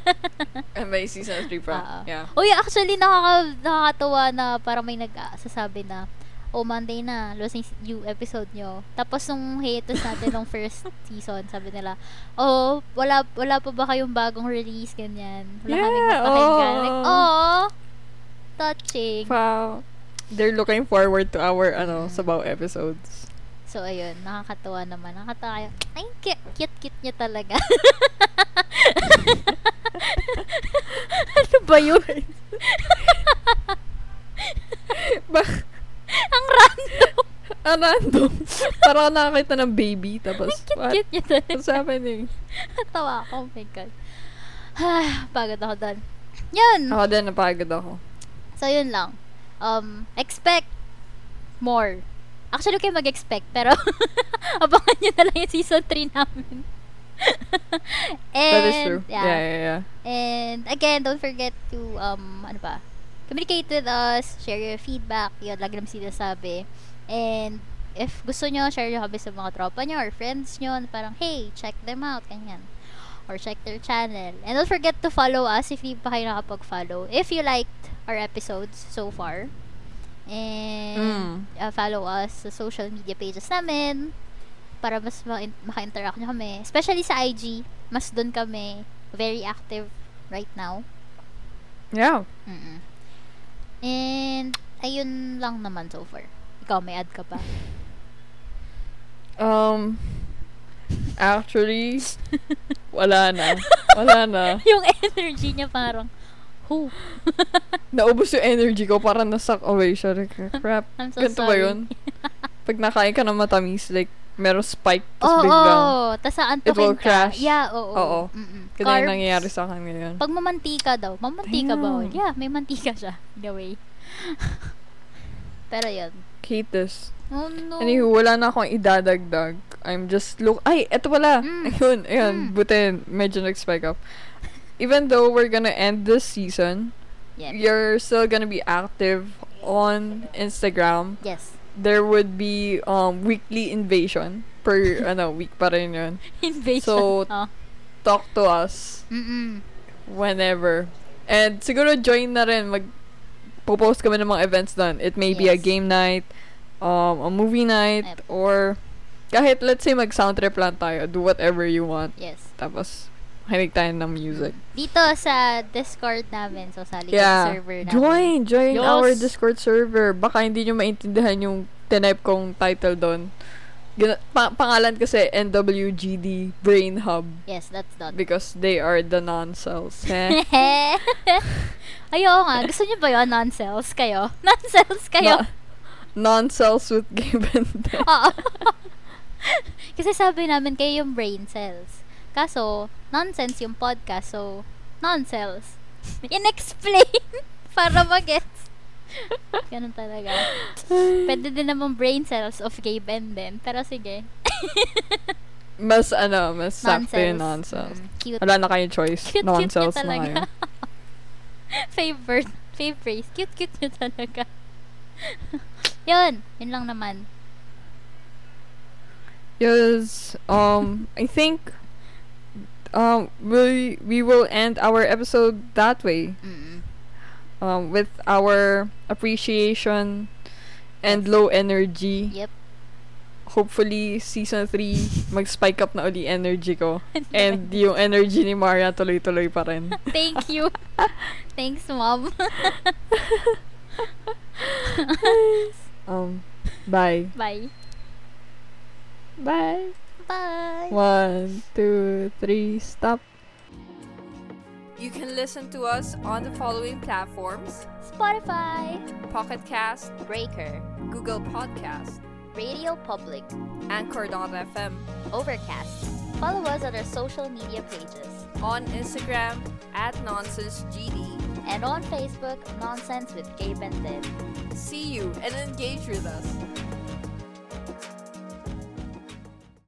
A: *laughs*
B: And may season 3
A: Oo. Uy, actually, nakaka nakakatuwa na parang may nagsasabi na, oh, Monday na, los yung episode nyo. Tapos nung hiatus natin nung first
B: *laughs*
A: season, sabi nila, oh, wala, wala pa ba kayong bagong release, ganyan. Wala kaming
B: Yeah,
A: mapakinggan.
B: oh.
A: Like, oh, touching.
B: Wow. They're looking forward to our
A: Mm.
B: ano sabaw episodes.
A: So, ayun, nakakatuwa naman. Nakakatawa kayo. Ay, cute, cute, cute niya
B: *laughs*
A: talaga. ano ba yun?
B: Bak
A: Ang random.
B: ang Ah, random. Parang nakakita ng baby tapos what?
A: Cute niya talaga.
B: What's happening?
A: Natawa ako. Oh my God. *sighs* Ah, Pagod ako doon. Yun.
B: Ako din napagod ako.
A: So, yun lang. Um, expect more. Actually, kayo mag-expect, pero *laughs* abangan nyo na lang yung season 3 namin. *laughs* and,
B: That is true. Yeah,
A: Yeah.
B: yeah, yeah.
A: And again, don't forget to, um, ano ba, communicate with us, share your feedback, yun, lagi namin sinasabi. And, if gusto nyo, share nyo kami sa mga tropa nyo or friends nyo, na parang, hey, check them out, ganyan. Or check their channel. And don't forget to follow us if hindi pa kayo nakapag-follow. If you liked our episodes so far. And, uh, follow us sa social media pages namin para mas ma- maka-interact nyo kami. Especially sa IG, mas dun kami very active right now.
B: Yeah.
A: Mm-mm. And, ayun lang naman so far. Ikaw, may add ka pa?
B: Um
A: *laughs*
B: actually wala na. Wala na.
A: *laughs* yung energy niya parang, who?
B: Naubos yung energy ko para nasak away siya. Like, crap.
A: I'm so
B: Ganito ba
A: sorry.
B: yun? Pag nakain ka ng matamis, like, merong spike,
A: Oo,
B: tapos biglang.
A: oh, tas saan
B: It will
A: ka?
B: crash.
A: Yeah, oo.
B: Oo.
A: Mm-mm.
B: Ganun yung
A: Carbs.
B: nangyayari sa akin ngayon.
A: Pag mamantika daw, mamantika ba?
B: Damn.
A: all? Yeah, may mantika siya. The way. *laughs* Pero yun.
B: Hate this.
A: Oh no.
B: Anywho, wala na akong idadagdag. I'm just look... Ay, eto pala!
A: Mm.
B: Ayun, ayun.
A: Mm.
B: Buti, medyo nag-spike up. Even though we're gonna end this season,
A: Yep.
B: you're still gonna be active on Instagram.
A: Yes.
B: There would be um weekly invasion
A: *laughs*
B: per ano week pa rin yun.
A: Invasion.
B: So-
A: oh.
B: Talk to us.
A: Mm-mm.
B: whenever. And siguro join na rin mag post kami ng mga events doon. It may be a
A: Yes.
B: game night, um, a movie night,
A: Yep.
B: or kahit let's say mag sound trip lang tayo. Do whatever you want.
A: Yes.
B: Tapos, makinig tayo ng music.
A: Dito sa Discord namin, so sa likod
B: Yeah.
A: server namin.
B: Join! Join
A: Yes.
B: our Discord server. Baka hindi nyo maintindihan yung tinype kong title doon. Gina- pa- pangalan kasi NWGD Brain Hub
A: Yes, that's not.
B: because they are the non-cells.
A: *laughs*
B: Eh.
A: Ay, oo nga. Gusto niyo ba yun? Non-cells kayo? *laughs* Non-cells kayo?
B: No- non-cells with given death.
A: *laughs* Oo. *laughs* Kasi sabi namin kayo yung brain cells. Kaso, nonsense yung podcast, so, non-cells. *laughs* In-explain *laughs* para
B: *laughs*
A: mag-gets. Ganun talaga. Pwede din naman brain cells of Gabe and Ben. Pero sige.
B: Mas ano, mas sakto yung
A: Non-cells.
B: non-cells.
A: Mm, cute.
B: Wala na kayong choice.
A: Cute-cute niya
B: non-cells na
A: talaga.
B: kayo.
A: *laughs* Favorite. Fave phrase. Cute, cute nyo talaga. *laughs* yun. Yun lang naman.
B: Yes. Um, I think um we we will end our episode that way.
A: Mm-mm.
B: Um, with our appreciation and low energy.
A: Yep.
B: Hopefully,
A: *laughs*
B: season 3, mag-spike up na uli energy ko. And yung energy ni Maria tuloy-tuloy pa
A: *laughs*
B: rin.
A: Thank you. Thanks, mom. *laughs*
B: Um, bye.
A: Bye.
B: Bye.
A: Bye.
B: One, two, three, stop.
C: You can listen to us on the following platforms
A: Spotify.
C: Pocket Cast,
D: Breaker,
C: Google Podcast,
D: Radio Public,
C: Anchor.fm,
D: Overcast. Follow us on our social media pages
C: on Instagram at NonsenseGD.
D: and on Facebook, Nonsense with Gabe and Ted.
C: See you and engage with us.